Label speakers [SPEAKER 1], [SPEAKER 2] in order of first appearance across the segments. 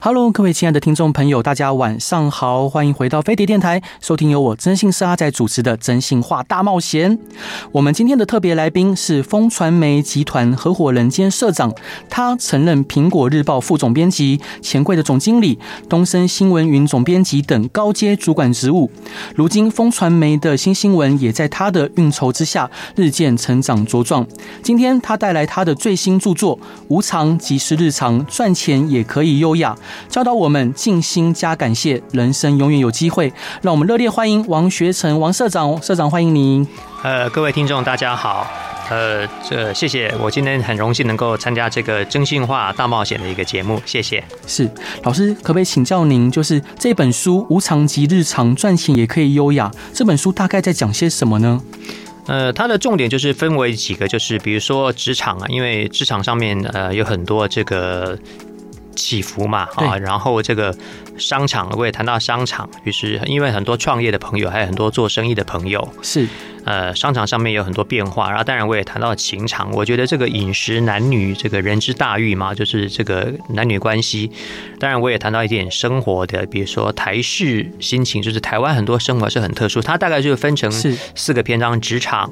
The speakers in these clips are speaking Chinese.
[SPEAKER 1] Hello，各位亲爱的听众朋友，大家晚上好，欢迎回到飞碟电台，收听由我真心是阿仔主持的《真心话大冒险》。我们今天的特别来宾是风传媒集团合伙人兼社长，他曾任苹果日报副总编辑、钱柜的总经理、东森新闻云总编辑等高阶主管职务。如今，风传媒的新新闻也在他的运筹之下日渐成长茁壮。今天，他带来他的最新著作《无常即是日常，赚钱也可以优雅》。教导我们静心加感谢，人生永远有机会。让我们热烈欢迎王学成王社长，社长欢迎您。
[SPEAKER 2] 呃，各位听众大家好，呃，这谢谢，我今天很荣幸能够参加这个真心话大冒险的一个节目，谢谢。
[SPEAKER 1] 是老师，可不可以请教您，就是这本书《无常即日常，赚钱也可以优雅》这本书大概在讲些什么呢？
[SPEAKER 2] 呃，它的重点就是分为几个，就是比如说职场啊，因为职场上面呃有很多这个起伏嘛啊，
[SPEAKER 1] 对
[SPEAKER 2] 然后这个商场我也谈到商场，于是因为很多创业的朋友，还有很多做生意的朋友，
[SPEAKER 1] 是
[SPEAKER 2] 呃，商场上面有很多变化，然后当然我也谈到情场，我觉得这个饮食男女这个人之大欲嘛，就是这个男女关系。当然我也谈到一点生活的，比如说台式心情，就是台湾很多生活是很特殊，它大概就是分成
[SPEAKER 1] 是
[SPEAKER 2] 四个篇章：职场、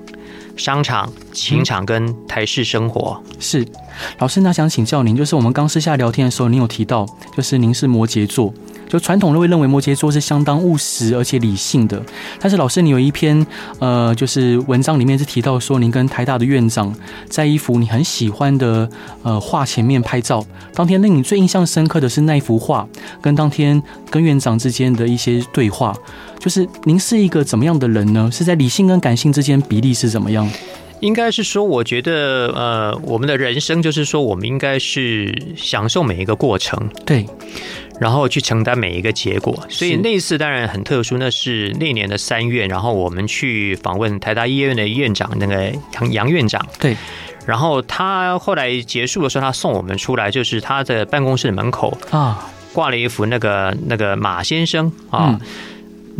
[SPEAKER 2] 商场、情场跟台式生活。
[SPEAKER 1] 是，老师，那想请教您，就是我们刚私下聊天的时候，您有提到，就是您是摩羯座，就传统都会认为摩羯座是相当务实而且理性的。但是老师，你有一篇呃，就是文章里面是提到说，您跟台大的院长在一幅你很喜欢的呃画前面拍照，当天令你最印象深刻的是那一幅画，跟当天跟院长之间的一些对话。就是您是一个怎么样的人呢？是在理性跟感性之间比例是怎么样？
[SPEAKER 2] 应该是说，我觉得呃，我们的人生就是说，我们应该是享受每一个过程。
[SPEAKER 1] 对，
[SPEAKER 2] 然后去承担每一个结果。所以
[SPEAKER 1] 是
[SPEAKER 2] 那一次当然很特殊，那是那年的三月，然后我们去访问台大医院的院长那个杨杨院长，
[SPEAKER 1] 对，
[SPEAKER 2] 然后他后来结束的时候，他送我们出来，就是他的办公室门口
[SPEAKER 1] 啊，
[SPEAKER 2] 挂了一幅那个那个马先生
[SPEAKER 1] 嗯
[SPEAKER 2] 啊。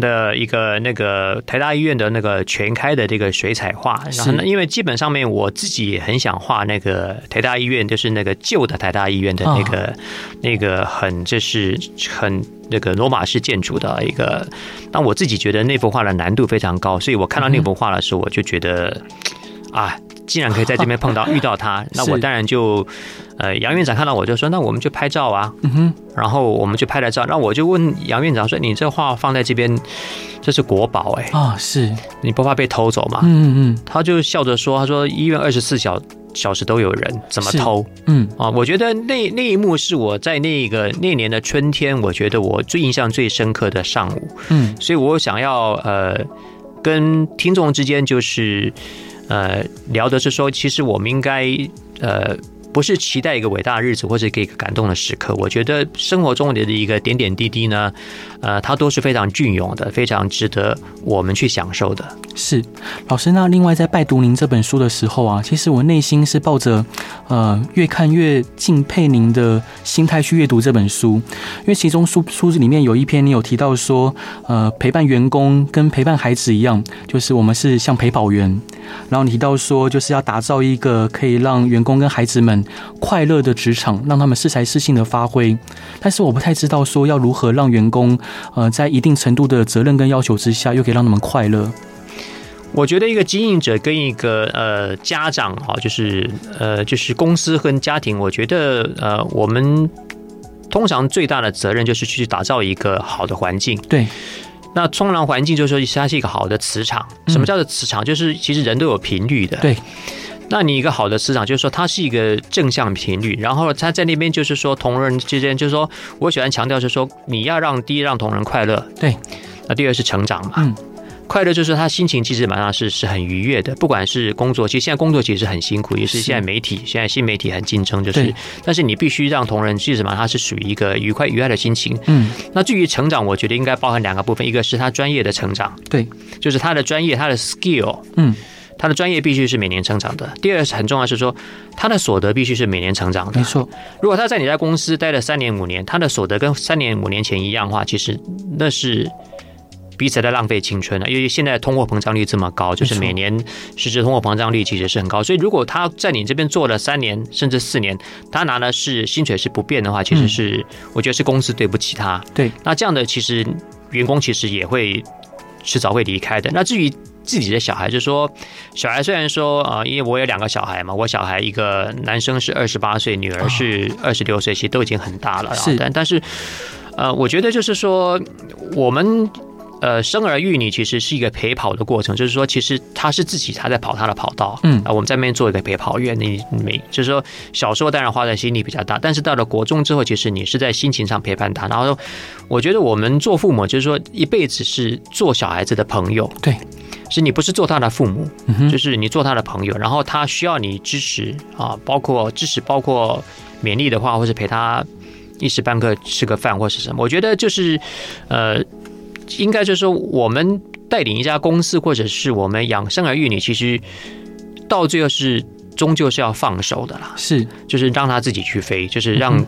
[SPEAKER 2] 的一个那个台大医院的那个全开的这个水彩画，然后呢，
[SPEAKER 1] 是
[SPEAKER 2] 因为基本上面我自己也很想画那个台大医院，就是那个旧的台大医院的那个、
[SPEAKER 1] 啊
[SPEAKER 2] 那个很就是很那个罗马式建筑的一个，那我自己觉得那幅画的难度非常高，所以我看到那幅画的时候，我就觉得啊，既然可以在这边 碰到遇到他，那我
[SPEAKER 1] 是
[SPEAKER 2] 当然就呃，杨院长看到我就说，那我们就拍照啊，
[SPEAKER 1] 嗯哼，
[SPEAKER 2] 然后我们就拍了照，那我就问杨院长说：“你这画放在这边，这是国宝哎、
[SPEAKER 1] 啊，是，
[SPEAKER 2] 你不怕被偷走吗？”
[SPEAKER 1] 嗯嗯
[SPEAKER 2] 他就笑着说：“他说医院二十四小小时都有人，怎么
[SPEAKER 1] 是
[SPEAKER 2] 偷
[SPEAKER 1] 嗯，
[SPEAKER 2] 啊？”我觉得那那一幕是我在那个那年的春天，我觉得我最印象最深刻的上午，
[SPEAKER 1] 嗯，
[SPEAKER 2] 所以我想要呃跟听众之间就是呃聊的是说，其实我们应该呃。不是期待一个伟大的日子，或者给一个感动的时刻。我觉得生活中的一个点点滴滴呢，呃，它都是非常隽永的，非常值得我们去享受的。
[SPEAKER 1] 是老师。那另外在拜读您这本书的时候啊，其实我内心是抱着呃越看越敬佩您的心态去阅读这本书，因为其中书书里面有一篇你有提到说，呃，陪伴员工跟陪伴孩子一样，就是我们是像陪保员。然后你提到说，就是要打造一个可以让员工跟孩子们快乐的职场，让他们适才适性的发挥。但是我不太知道说要如何让员工，呃，在一定程度的责任跟要求之下，又可以让他们快乐。
[SPEAKER 2] 我觉得一个经营者跟一个呃家长哈、就是呃就是公司跟家庭，我觉得呃我们通常最大的责任就是去打造一个好的环境。
[SPEAKER 1] 对，
[SPEAKER 2] 那冲浪环境就是说它是一个好的磁场。
[SPEAKER 1] 嗯
[SPEAKER 2] 什么叫做磁场？就是其实人都有频率的。
[SPEAKER 1] 对。
[SPEAKER 2] 那你一个好的磁场，就是说它是一个正向频率，然后他在那边就是说同人之间，就是说我喜欢强调是说你要让第一让同人快乐，
[SPEAKER 1] 对。
[SPEAKER 2] 那第二是成长嘛。
[SPEAKER 1] 嗯
[SPEAKER 2] 快乐就是他心情其实马上是是很愉悦的，不管是工作，其实现在工作其实很辛苦，也是
[SPEAKER 1] 是
[SPEAKER 2] 现在媒体现在新媒体很竞争，就是
[SPEAKER 1] 对，
[SPEAKER 2] 但是你必须让同仁其实嘛，他是属于一个愉快愉快的心情。
[SPEAKER 1] 嗯，
[SPEAKER 2] 那至于成长，我觉得应该包含两个部分，一个是他专业的成长，
[SPEAKER 1] 对，
[SPEAKER 2] 就是他的专业他的 skill，
[SPEAKER 1] 嗯，
[SPEAKER 2] 他的专业必须是每年成长的。第二是很重要是说，他的所得必须是每年成长的
[SPEAKER 1] 没。错，
[SPEAKER 2] 如果他在你家公司待了三年五年，他的所得跟三年五年前一样的话，其实那是彼此在浪费青春了。啊因为现在通货膨胀率这么高，就是
[SPEAKER 1] 没错
[SPEAKER 2] 每年实质通货膨胀率其实是很高，所以如果他在你这边做了三年甚至四年，他拿的是薪水是不变的话，其实是、我觉得是公司对不起他。
[SPEAKER 1] 嗯对，
[SPEAKER 2] 那这样的其实员工其实也会迟早会离开的。那至于自己的小孩，就说小孩虽然说啊、呃因为我有两个小孩嘛，我小孩一个男生是二十八岁，女儿是二十六岁，其实都已经很大了。然后
[SPEAKER 1] 啊是
[SPEAKER 2] 但但是呃，我觉得就是说我们。呃，生儿育女其实是一个陪跑的过程，就是说，其实他是自己他在跑他的跑道，
[SPEAKER 1] 嗯
[SPEAKER 2] 啊、我们在那边做一个陪跑员，你你每就是说，小时候当然花在心里比较大，但是到了国中之后，其实你是在心情上陪伴他，然后我觉得我们做父母，就是说一辈子是做小孩子的朋友，
[SPEAKER 1] 对，
[SPEAKER 2] 是你不是做他的父母，
[SPEAKER 1] 嗯哼，
[SPEAKER 2] 就是你做他的朋友，然后他需要你支持啊，包括支持，包括勉励的话，或是陪他一时半刻吃个饭或是什么。我觉得就是，呃，应该就是说我们带领一家公司，或者是我们养生儿育女，其实到最后是终究是要放手的啦。
[SPEAKER 1] 是
[SPEAKER 2] 就是让他自己去飞，就是让、
[SPEAKER 1] 嗯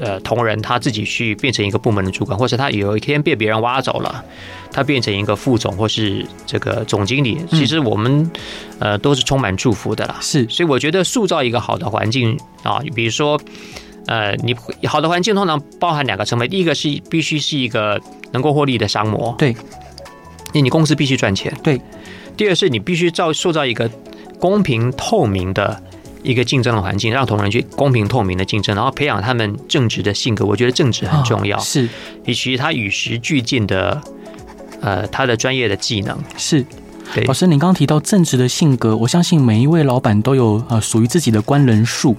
[SPEAKER 2] 呃同仁他自己去变成一个部门的主管，或者他有一天被别人挖走了，他变成一个副总或是这个总经理。其实我们、呃都是充满祝福的啦。
[SPEAKER 1] 是，
[SPEAKER 2] 所以我觉得塑造一个好的环境啊，比如说，呃，你好的环境通常包含两个成本，第一个是必须是一个能够获利的商模，
[SPEAKER 1] 对，
[SPEAKER 2] 因为你公司必须赚钱，
[SPEAKER 1] 对；
[SPEAKER 2] 第二是你必须造塑造一个公平透明的。一个竞争的环境，让同仁去公平透明的竞争，然后培养他们正直的性格。我觉得正直很重要
[SPEAKER 1] 啊，是
[SPEAKER 2] 以及他与时俱进的，呃，他的专业的技能。
[SPEAKER 1] 是。
[SPEAKER 2] 对
[SPEAKER 1] 老师，您刚刚提到正直的性格，我相信每一位老板都有呃属于自己的官人术。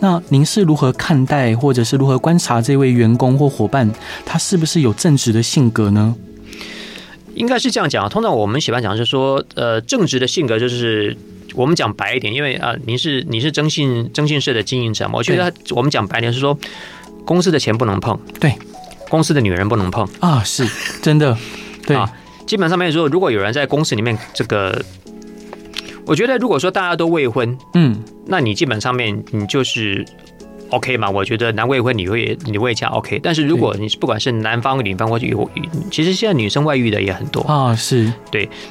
[SPEAKER 1] 那您是如何看待，或者是如何观察这位员工或伙伴，他是不是有正直的性格呢？
[SPEAKER 2] 应该是这样讲啊。通常我们喜欢讲是说，呃，正直的性格就是我们讲白一点，因为啊、您是你是征信征信社的经营者嘛，我觉得我们讲白一点是说，公司的钱不能碰，
[SPEAKER 1] 对，
[SPEAKER 2] 公司的女人不能碰。
[SPEAKER 1] 啊，是真的，对，
[SPEAKER 2] 啊基本上面说，如果有人在公司里面这个，我觉得如果说大家都未婚，
[SPEAKER 1] 嗯，
[SPEAKER 2] 那你基本上面你就是 OK 嘛？我觉得男未婚你会你会讲 OK，但是如果你是不管是男方女方或者有，其实现在女生外遇的也很多
[SPEAKER 1] 啊，是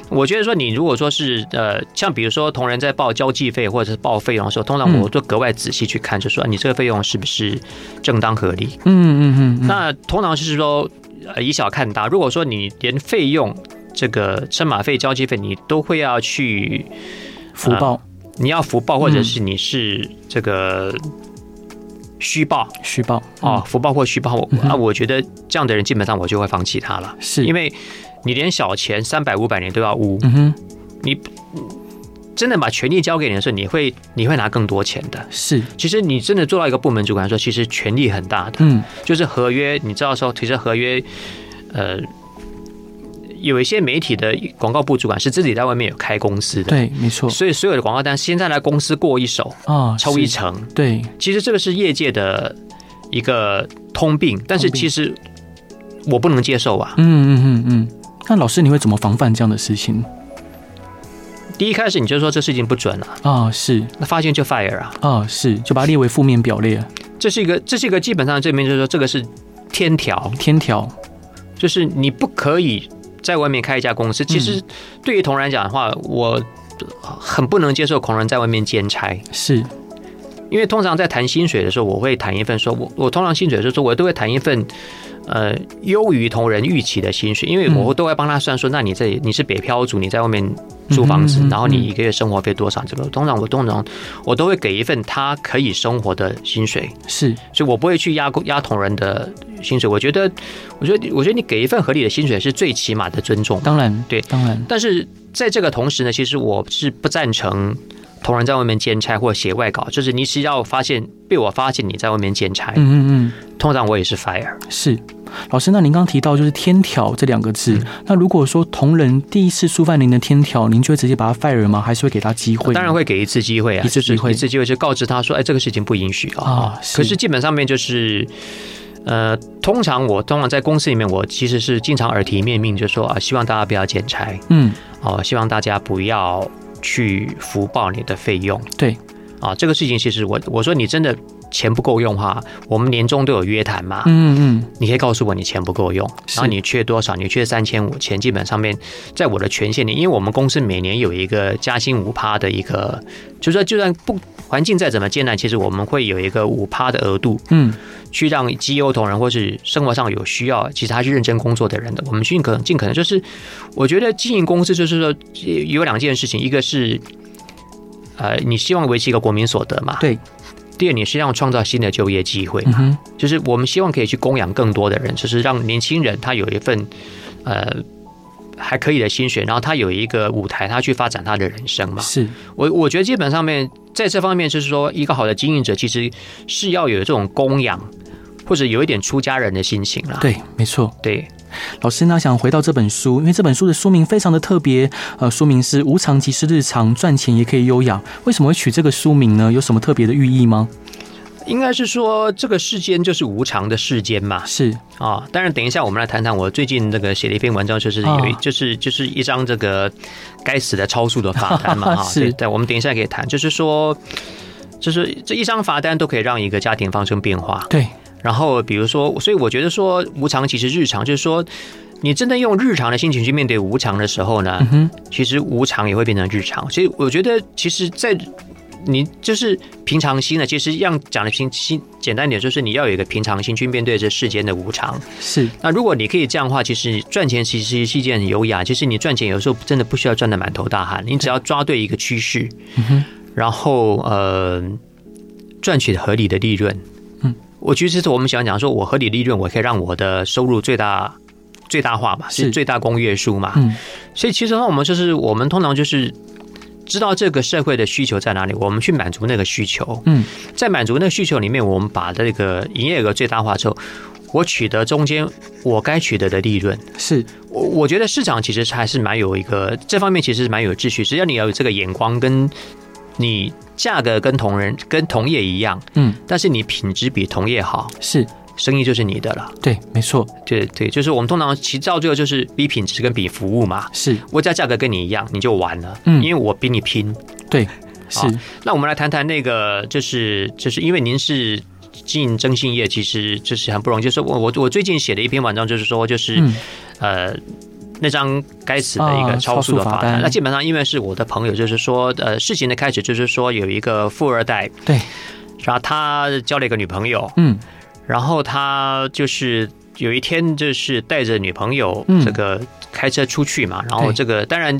[SPEAKER 2] 我觉得说，你如果说是呃，像比如说同仁在报交际费或者是报费用的时候，通
[SPEAKER 1] 嗯
[SPEAKER 2] 常我都格外仔细去看，就说啊你这个费用是不是正当合理？
[SPEAKER 1] 嗯嗯嗯嗯，
[SPEAKER 2] 那通常是说呃以小看大。如果说你连费用这个车马费、交际费你都会要去，
[SPEAKER 1] 福报
[SPEAKER 2] 你要福报或
[SPEAKER 1] 嗯
[SPEAKER 2] 者是你是这个虚报
[SPEAKER 1] 虚报
[SPEAKER 2] 啊，福报或虚报，我
[SPEAKER 1] 嗯哼
[SPEAKER 2] 啊，我觉得这样的人基本上我就会放弃他了
[SPEAKER 1] 嗯，是
[SPEAKER 2] 因为你连小钱三百五百年都要污。
[SPEAKER 1] 嗯哼
[SPEAKER 2] 真的把权力交给你的时候，你会你会拿更多钱的。
[SPEAKER 1] 是
[SPEAKER 2] 其实你真的做到一个部门主管的时候，其实权力很大的，
[SPEAKER 1] 嗯
[SPEAKER 2] 就是合约，你知道说，其实合约，呃，有一些媒体的广告部主管是自己在外面有开公司的，
[SPEAKER 1] 对，没错
[SPEAKER 2] 所以所有的广告单先在来公司过一手，
[SPEAKER 1] 啊，
[SPEAKER 2] 抽一
[SPEAKER 1] 是
[SPEAKER 2] 成。
[SPEAKER 1] 对
[SPEAKER 2] 其实这个是业界的一个通病，但是
[SPEAKER 1] 通病
[SPEAKER 2] 其实我不能接受啊。
[SPEAKER 1] 嗯嗯嗯嗯，那老师你会怎么防范这样的事情
[SPEAKER 2] 第一开始你就说这事情不准啊，
[SPEAKER 1] 啊？是
[SPEAKER 2] 那发现就 fire 啊，
[SPEAKER 1] 啊，是就把它列为负面表列
[SPEAKER 2] 这是一个这是一个基本上证明就是说这个是天条。
[SPEAKER 1] 天条，
[SPEAKER 2] 就是你不可以在外面开一家公司。其实
[SPEAKER 1] 嗯
[SPEAKER 2] 对于同仁来讲的话，我很不能接受同仁在外面兼差，
[SPEAKER 1] 是
[SPEAKER 2] 因为通常在谈薪水的时候，我会谈一份说，我我通常薪水就是说我都会谈一份。呃，优于同仁预期的薪水，因为
[SPEAKER 1] 嗯
[SPEAKER 2] 我都会帮他算说，那你这里你是北漂族，你在外面租房
[SPEAKER 1] 嗯
[SPEAKER 2] 子
[SPEAKER 1] 嗯嗯，嗯
[SPEAKER 2] 然后你一个月生活费多少？这个通常我通常我都会给一份他可以生活的薪水，
[SPEAKER 1] 是
[SPEAKER 2] 所以我不会去压压同仁的薪水。我觉得，我觉得，我觉得你给一份合理的薪水是最起码的尊重。
[SPEAKER 1] 当然
[SPEAKER 2] 对
[SPEAKER 1] 当然
[SPEAKER 2] 但是在这个同时呢，其实我是不赞成同仁在外面兼差或写外稿，就是你只要发现被我发现你在外面兼差，
[SPEAKER 1] 嗯嗯嗯
[SPEAKER 2] 通常我也是 fire。
[SPEAKER 1] 是，老师，那您刚刚提到就是“天条”这两个字，
[SPEAKER 2] 嗯
[SPEAKER 1] 那如果说同仁第一次触犯您的天条，您就会直接把他 fire 吗？还是会给他机会？
[SPEAKER 2] 当然。会给一次机会啊，
[SPEAKER 1] 一次机会
[SPEAKER 2] 就是一次机会是告知他说，哎，这个事情不允许啊
[SPEAKER 1] 啊。是
[SPEAKER 2] 可是基本上面就是，呃，通常我通常在公司里面，我其实是经常耳提面命，就说啊，希望大家不要剪裁
[SPEAKER 1] 嗯，
[SPEAKER 2] 哦，希望大家不要去福报你的费用
[SPEAKER 1] 对，
[SPEAKER 2] 啊。这个事情其实我我说你真的钱不够用的话，我们年终都有约谈嘛，
[SPEAKER 1] 嗯嗯，
[SPEAKER 2] 你可以告诉我你钱不够用，
[SPEAKER 1] 是
[SPEAKER 2] 然后你缺多少？你缺三千五，钱基本上面在我的权限里，因为我们公司每年有一个加薪五趴的一个，就是说就算不环境再怎么艰难，其实我们会有一个五趴的额度，
[SPEAKER 1] 嗯，
[SPEAKER 2] 去让绩优同仁或是生活上有需要，其实他是认真工作的人的，我们尽可能尽可能就是，我觉得经营公司就是说有两件事情，一个是。呃，你希望维持一个国民所得嘛？
[SPEAKER 1] 对，
[SPEAKER 2] 第二，你是要创造新的就业机会嘛
[SPEAKER 1] 嗯哼，
[SPEAKER 2] 就是我们希望可以去供养更多的人，就是让年轻人他有一份呃还可以的薪水，然后他有一个舞台，他去发展他的人生嘛。
[SPEAKER 1] 是，
[SPEAKER 2] 我我觉得基本上面在这方面，就是说一个好的经营者其实是要有这种供养。或者有一点出家人的心情啦，
[SPEAKER 1] 对，没错。
[SPEAKER 2] 对
[SPEAKER 1] 老师呢，想回到这本书，因为这本书的书名非常的特别，呃，书名是“无常即是日常，赚钱也可以优雅”。为什么会取这个书名呢？有什么特别的寓意吗？
[SPEAKER 2] 应该是说这个世间就是无常的世间嘛
[SPEAKER 1] 是，
[SPEAKER 2] 啊。当然，等一下我们来谈谈我最近这个写了一篇文章，就是有一、
[SPEAKER 1] 啊
[SPEAKER 2] 就是就是一张这个该死的超速的罚单 嘛哈。
[SPEAKER 1] 是
[SPEAKER 2] 对，对，我们等一下可以谈，就是说。就是这一张罚单都可以让一个家庭发生变化，
[SPEAKER 1] 对，
[SPEAKER 2] 然后比如说，所以我觉得说无常其实日常，就是说你真的用日常的心情去面对无常的时候呢，
[SPEAKER 1] 嗯哼，
[SPEAKER 2] 其实无常也会变成日常。所以我觉得，其实，在你就是平常心呢，其实让讲的平心简单一点，就是你要有一个平常心去面对这世间的无常。
[SPEAKER 1] 是，
[SPEAKER 2] 那如果你可以这样的话，其实赚钱其实是一件很优雅。其实你赚钱有时候真的不需要赚得满头大汗，你只要抓对一个趋势，
[SPEAKER 1] 嗯哼，
[SPEAKER 2] 然后呃，赚取合理的利润。
[SPEAKER 1] 嗯，
[SPEAKER 2] 我其实我们想讲说，我合理利润，我可以让我的收入最大最大化嘛，
[SPEAKER 1] 是
[SPEAKER 2] 是最大公约数嘛。
[SPEAKER 1] 嗯，
[SPEAKER 2] 所以其实呢，我们就是我们通常就是知道这个社会的需求在哪里，我们去满足那个需求。
[SPEAKER 1] 嗯，
[SPEAKER 2] 在满足那个需求里面，我们把这个营业额最大化之后，我取得中间我该取得的利润。
[SPEAKER 1] 是，
[SPEAKER 2] 我我觉得市场其实还是蛮有一个这方面，其实是蛮有秩序。只要你要有这个眼光，跟你价格跟同人跟同业一样，
[SPEAKER 1] 嗯，
[SPEAKER 2] 但是你品质比同业好，
[SPEAKER 1] 是，
[SPEAKER 2] 生意就是你的了。
[SPEAKER 1] 对，没错，
[SPEAKER 2] 对对，就是我们通常其实到最后就是比品质跟比服务嘛。
[SPEAKER 1] 是，
[SPEAKER 2] 我只要价格跟你一样，你就完了，
[SPEAKER 1] 嗯
[SPEAKER 2] 因为我比你拼。
[SPEAKER 1] 对，是
[SPEAKER 2] 好，那我们来谈谈那个，就是就是因为您是经营征信业，其实就是很不容易。就是我我我最近写的一篇文章，就是说就是、
[SPEAKER 1] 嗯，
[SPEAKER 2] 呃。那张该死的一
[SPEAKER 1] 啊
[SPEAKER 2] 个超速
[SPEAKER 1] 超
[SPEAKER 2] 的
[SPEAKER 1] 速罚
[SPEAKER 2] 罚单，
[SPEAKER 1] 单
[SPEAKER 2] 那基本上因为是我的朋友，就是说，呃，事情的开始就是说有一个富二代，
[SPEAKER 1] 对，
[SPEAKER 2] 然后他交了一个女朋友，
[SPEAKER 1] 嗯，
[SPEAKER 2] 然后他就是有一天就是带着女朋友
[SPEAKER 1] 嗯
[SPEAKER 2] 这个开车出去嘛，然后这个当然，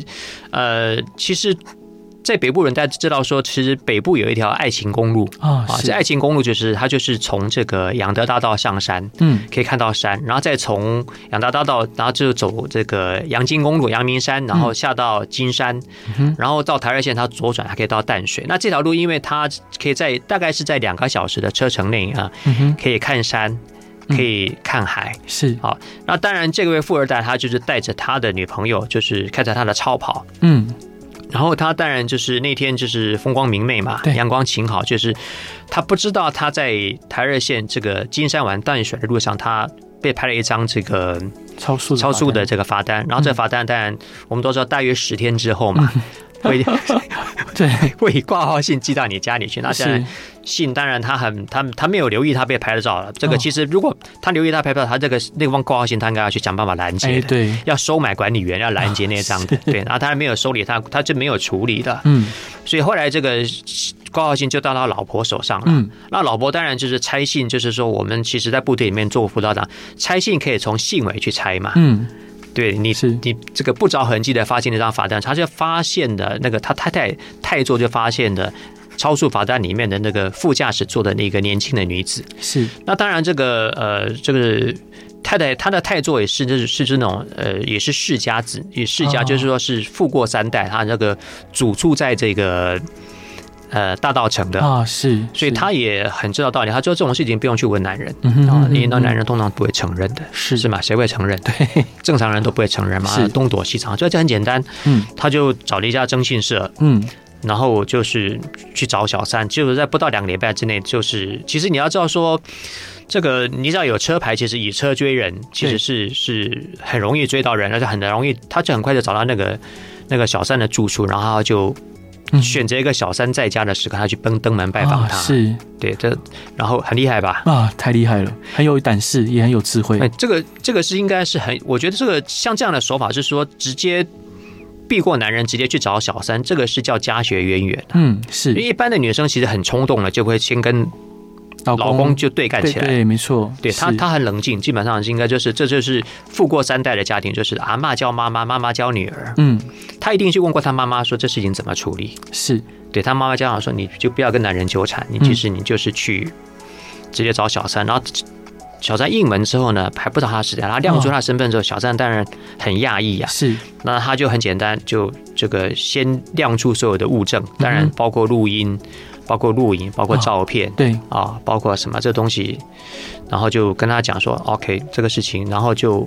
[SPEAKER 2] 呃，其实，在北部人大家知道说，其实北部有一条爱情公路
[SPEAKER 1] 啊，
[SPEAKER 2] 啊，这
[SPEAKER 1] 是，
[SPEAKER 2] 爱情公路就是它就是从这个养德大道上山，
[SPEAKER 1] 嗯，
[SPEAKER 2] 可以看到山，然后再从养达大道，然后就走这个阳金公路、阳明山，然后下到金山，
[SPEAKER 1] 哼
[SPEAKER 2] 然后到台二线，它左转还可以到淡水。那这条路，因为它可以在大概是在两个小时的车程内啊，
[SPEAKER 1] 嗯哼，
[SPEAKER 2] 可以看山，可以看海。
[SPEAKER 1] 是，
[SPEAKER 2] 那当然，这位富二代他就是带着他的女朋友，就是开着他的超跑。
[SPEAKER 1] 嗯，
[SPEAKER 2] 然后他当然就是那天就是风光明媚嘛，
[SPEAKER 1] 对
[SPEAKER 2] 阳光晴好，就是他不知道他在台二线这个金山湾淡水的路上，他被拍了一张这个
[SPEAKER 1] 超速，
[SPEAKER 2] 超速的，这个罚单，然后这个罚单当然我们都知道，大约十天之后嘛，
[SPEAKER 1] 嗯
[SPEAKER 2] 会
[SPEAKER 1] 对，哎
[SPEAKER 2] 会以挂号信寄到你家里去。那当
[SPEAKER 1] 是
[SPEAKER 2] 然，，信当然他很他他没有留意他被拍到了，这
[SPEAKER 1] 哦
[SPEAKER 2] 个其实如果他留意他拍到他这个那封挂号信，他应该要去想办法拦
[SPEAKER 1] 哎，
[SPEAKER 2] 截的。
[SPEAKER 1] 对，
[SPEAKER 2] 要收买管理员，要拦截那 张的，对，然后他没有收理他，他就没有处理的，
[SPEAKER 1] 嗯
[SPEAKER 2] 所以后来这个挂号信就到他老婆手上了。
[SPEAKER 1] 嗯，
[SPEAKER 2] 那老婆当然就是拆信，就是说我们其实在部队里面做辅导长，拆信可以从信尾去拆嘛，
[SPEAKER 1] 嗯，
[SPEAKER 2] 对你
[SPEAKER 1] 是，
[SPEAKER 2] 你这个不着痕迹的发现那张罚单，他就发现的那个他太太太座就发现的超速罚单里面的那个副驾驶座的那个年轻的女子。
[SPEAKER 1] 是，
[SPEAKER 2] 那当然，这个呃，这个太太她的太座也是，就是是这种呃，也是世家子，也世家，
[SPEAKER 1] 哦
[SPEAKER 2] 就是说是富过三代，她这个祖住在这个。呃大道城的，
[SPEAKER 1] 啊，是，
[SPEAKER 2] 所
[SPEAKER 1] 是
[SPEAKER 2] 以他也很知道道理。他说这种事情不用去问男人，
[SPEAKER 1] 嗯哼
[SPEAKER 2] 啊
[SPEAKER 1] 嗯，哼
[SPEAKER 2] 因为那男人通常不会承认的，
[SPEAKER 1] 是
[SPEAKER 2] 是吗？谁会承认？对，正常人都不会承认嘛
[SPEAKER 1] 是，
[SPEAKER 2] 东躲西藏，所以这很简单。
[SPEAKER 1] 嗯
[SPEAKER 2] 他就找了一家征信社，
[SPEAKER 1] 嗯
[SPEAKER 2] 然后就是去找小三，就是在不到两个礼拜之内，就是其实你要知道说，这个你只要有车牌，其实以车追人，其实是是很容易追到人，而且很容易，他就很快就找到那个那个小三的住处，然后他就
[SPEAKER 1] 嗯，
[SPEAKER 2] 选择一个小三在家的时刻，他去登登门拜访
[SPEAKER 1] 啊
[SPEAKER 2] 他，
[SPEAKER 1] 是
[SPEAKER 2] 对，这然后很厉害吧？
[SPEAKER 1] 啊，太厉害了，很有胆识，也很有智慧
[SPEAKER 2] 哎，，这个这个是应该是很，我觉得这个像这样的手法是说直接避过男人，直接去找小三，这个是叫家学渊源。
[SPEAKER 1] 嗯，
[SPEAKER 2] 因为
[SPEAKER 1] 是
[SPEAKER 2] 一般的女生其实很冲动了，就会先跟
[SPEAKER 1] 老
[SPEAKER 2] 老公就对干
[SPEAKER 1] 对
[SPEAKER 2] 起来。
[SPEAKER 1] 对，没错，
[SPEAKER 2] 对她，
[SPEAKER 1] 是
[SPEAKER 2] 她很冷静，基本上应该就是这就是富过三代的家庭，就是阿嬷教妈妈，妈妈教女儿。
[SPEAKER 1] 嗯
[SPEAKER 2] 她一定去问过她妈妈说这事情怎么处理。
[SPEAKER 1] 是
[SPEAKER 2] 对她妈妈教她说，你就不要跟男人纠
[SPEAKER 1] 嗯
[SPEAKER 2] 缠，你其实你就是去直接找小三，然后。小三应门之后呢，还不知道他是谁，然后亮出他的身份之后，小三当然很讶异啊。
[SPEAKER 1] 是
[SPEAKER 2] 那他就很简单，就这个先亮出所有的物证，当
[SPEAKER 1] 嗯
[SPEAKER 2] 然包括录音、包括录影、
[SPEAKER 1] 哦
[SPEAKER 2] 包括照片
[SPEAKER 1] 对，
[SPEAKER 2] 啊、包括什么这东西，然后就跟他讲说，OK，这个事情，然后就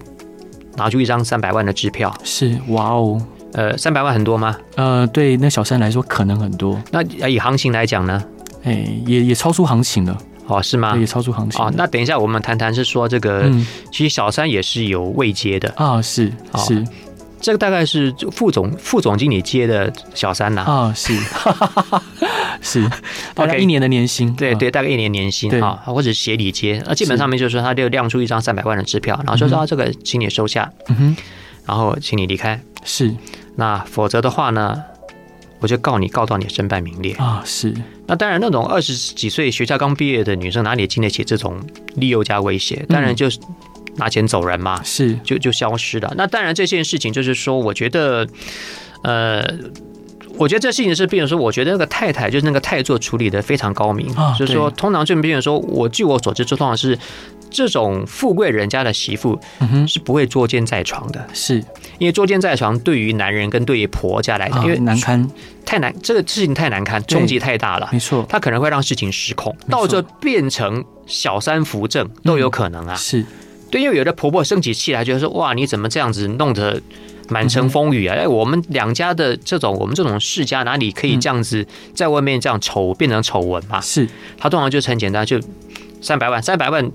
[SPEAKER 2] 拿出一张三百万的支票，
[SPEAKER 1] 是哇哦，
[SPEAKER 2] 呃，三百万很多吗？
[SPEAKER 1] 呃，对那小三来说可能很多，
[SPEAKER 2] 那以行情来讲呢？
[SPEAKER 1] 哎，也也超出行情了，
[SPEAKER 2] 哦，是吗
[SPEAKER 1] 对，？也超出行情
[SPEAKER 2] 哦，
[SPEAKER 1] 了，
[SPEAKER 2] 那等一下我们谈谈是说这个，
[SPEAKER 1] 嗯
[SPEAKER 2] 其实小三也是有未接的，
[SPEAKER 1] 啊是
[SPEAKER 2] 哦
[SPEAKER 1] 是
[SPEAKER 2] 这个大概是副总副总经理接的小三呐、
[SPEAKER 1] 啊是 是，大概
[SPEAKER 2] OK
[SPEAKER 1] 一年的年薪，
[SPEAKER 2] 对
[SPEAKER 1] 啊
[SPEAKER 2] 对，大概一年年薪
[SPEAKER 1] 对
[SPEAKER 2] 啊，或者是协理接，那基本上面就是说，他就亮出一张三百万的支票，然后说
[SPEAKER 1] 嗯哼
[SPEAKER 2] 啊，这个请你收下，
[SPEAKER 1] 嗯哼
[SPEAKER 2] 然后请你离开，
[SPEAKER 1] 是
[SPEAKER 2] 那否则的话呢，我就告你，告到你身败名裂。
[SPEAKER 1] 啊是
[SPEAKER 2] 那当然，那种二十几岁学校刚毕业的女生，哪里经得起这种利诱加威
[SPEAKER 1] 嗯
[SPEAKER 2] 胁？当然就是拿钱走人嘛，
[SPEAKER 1] 是
[SPEAKER 2] 就就消失了。那当然，这件事情就是说，我觉得，呃。我觉得这事情是，比如说，我觉得那个太太就是那个太座处理的非常高明，
[SPEAKER 1] 啊
[SPEAKER 2] 就是说，
[SPEAKER 1] 对
[SPEAKER 2] 通常就比如说，我据我所知，就通常是这种富贵人家的媳妇
[SPEAKER 1] 嗯哼
[SPEAKER 2] 是不会捉奸在床的，
[SPEAKER 1] 是
[SPEAKER 2] 因为捉奸在床对于男人跟对于婆家来
[SPEAKER 1] 啊
[SPEAKER 2] 讲，哎因为
[SPEAKER 1] 难堪，
[SPEAKER 2] 太难，这个事情太难堪，
[SPEAKER 1] 对
[SPEAKER 2] 冲击太大了，
[SPEAKER 1] 没错
[SPEAKER 2] 它可能会让事情失控，
[SPEAKER 1] 没错
[SPEAKER 2] 到这变成小三扶正都有可能啊。
[SPEAKER 1] 是
[SPEAKER 2] 对，因为有的婆婆生起气来，觉得说哇，你怎么这样子弄得满城风雨啊？
[SPEAKER 1] 嗯
[SPEAKER 2] 哎，我们两家的这种，我们这种世家哪里可以这样子在外面这样丑变成丑闻嘛？
[SPEAKER 1] 是
[SPEAKER 2] 她通常就是很简单，就三百万，三百万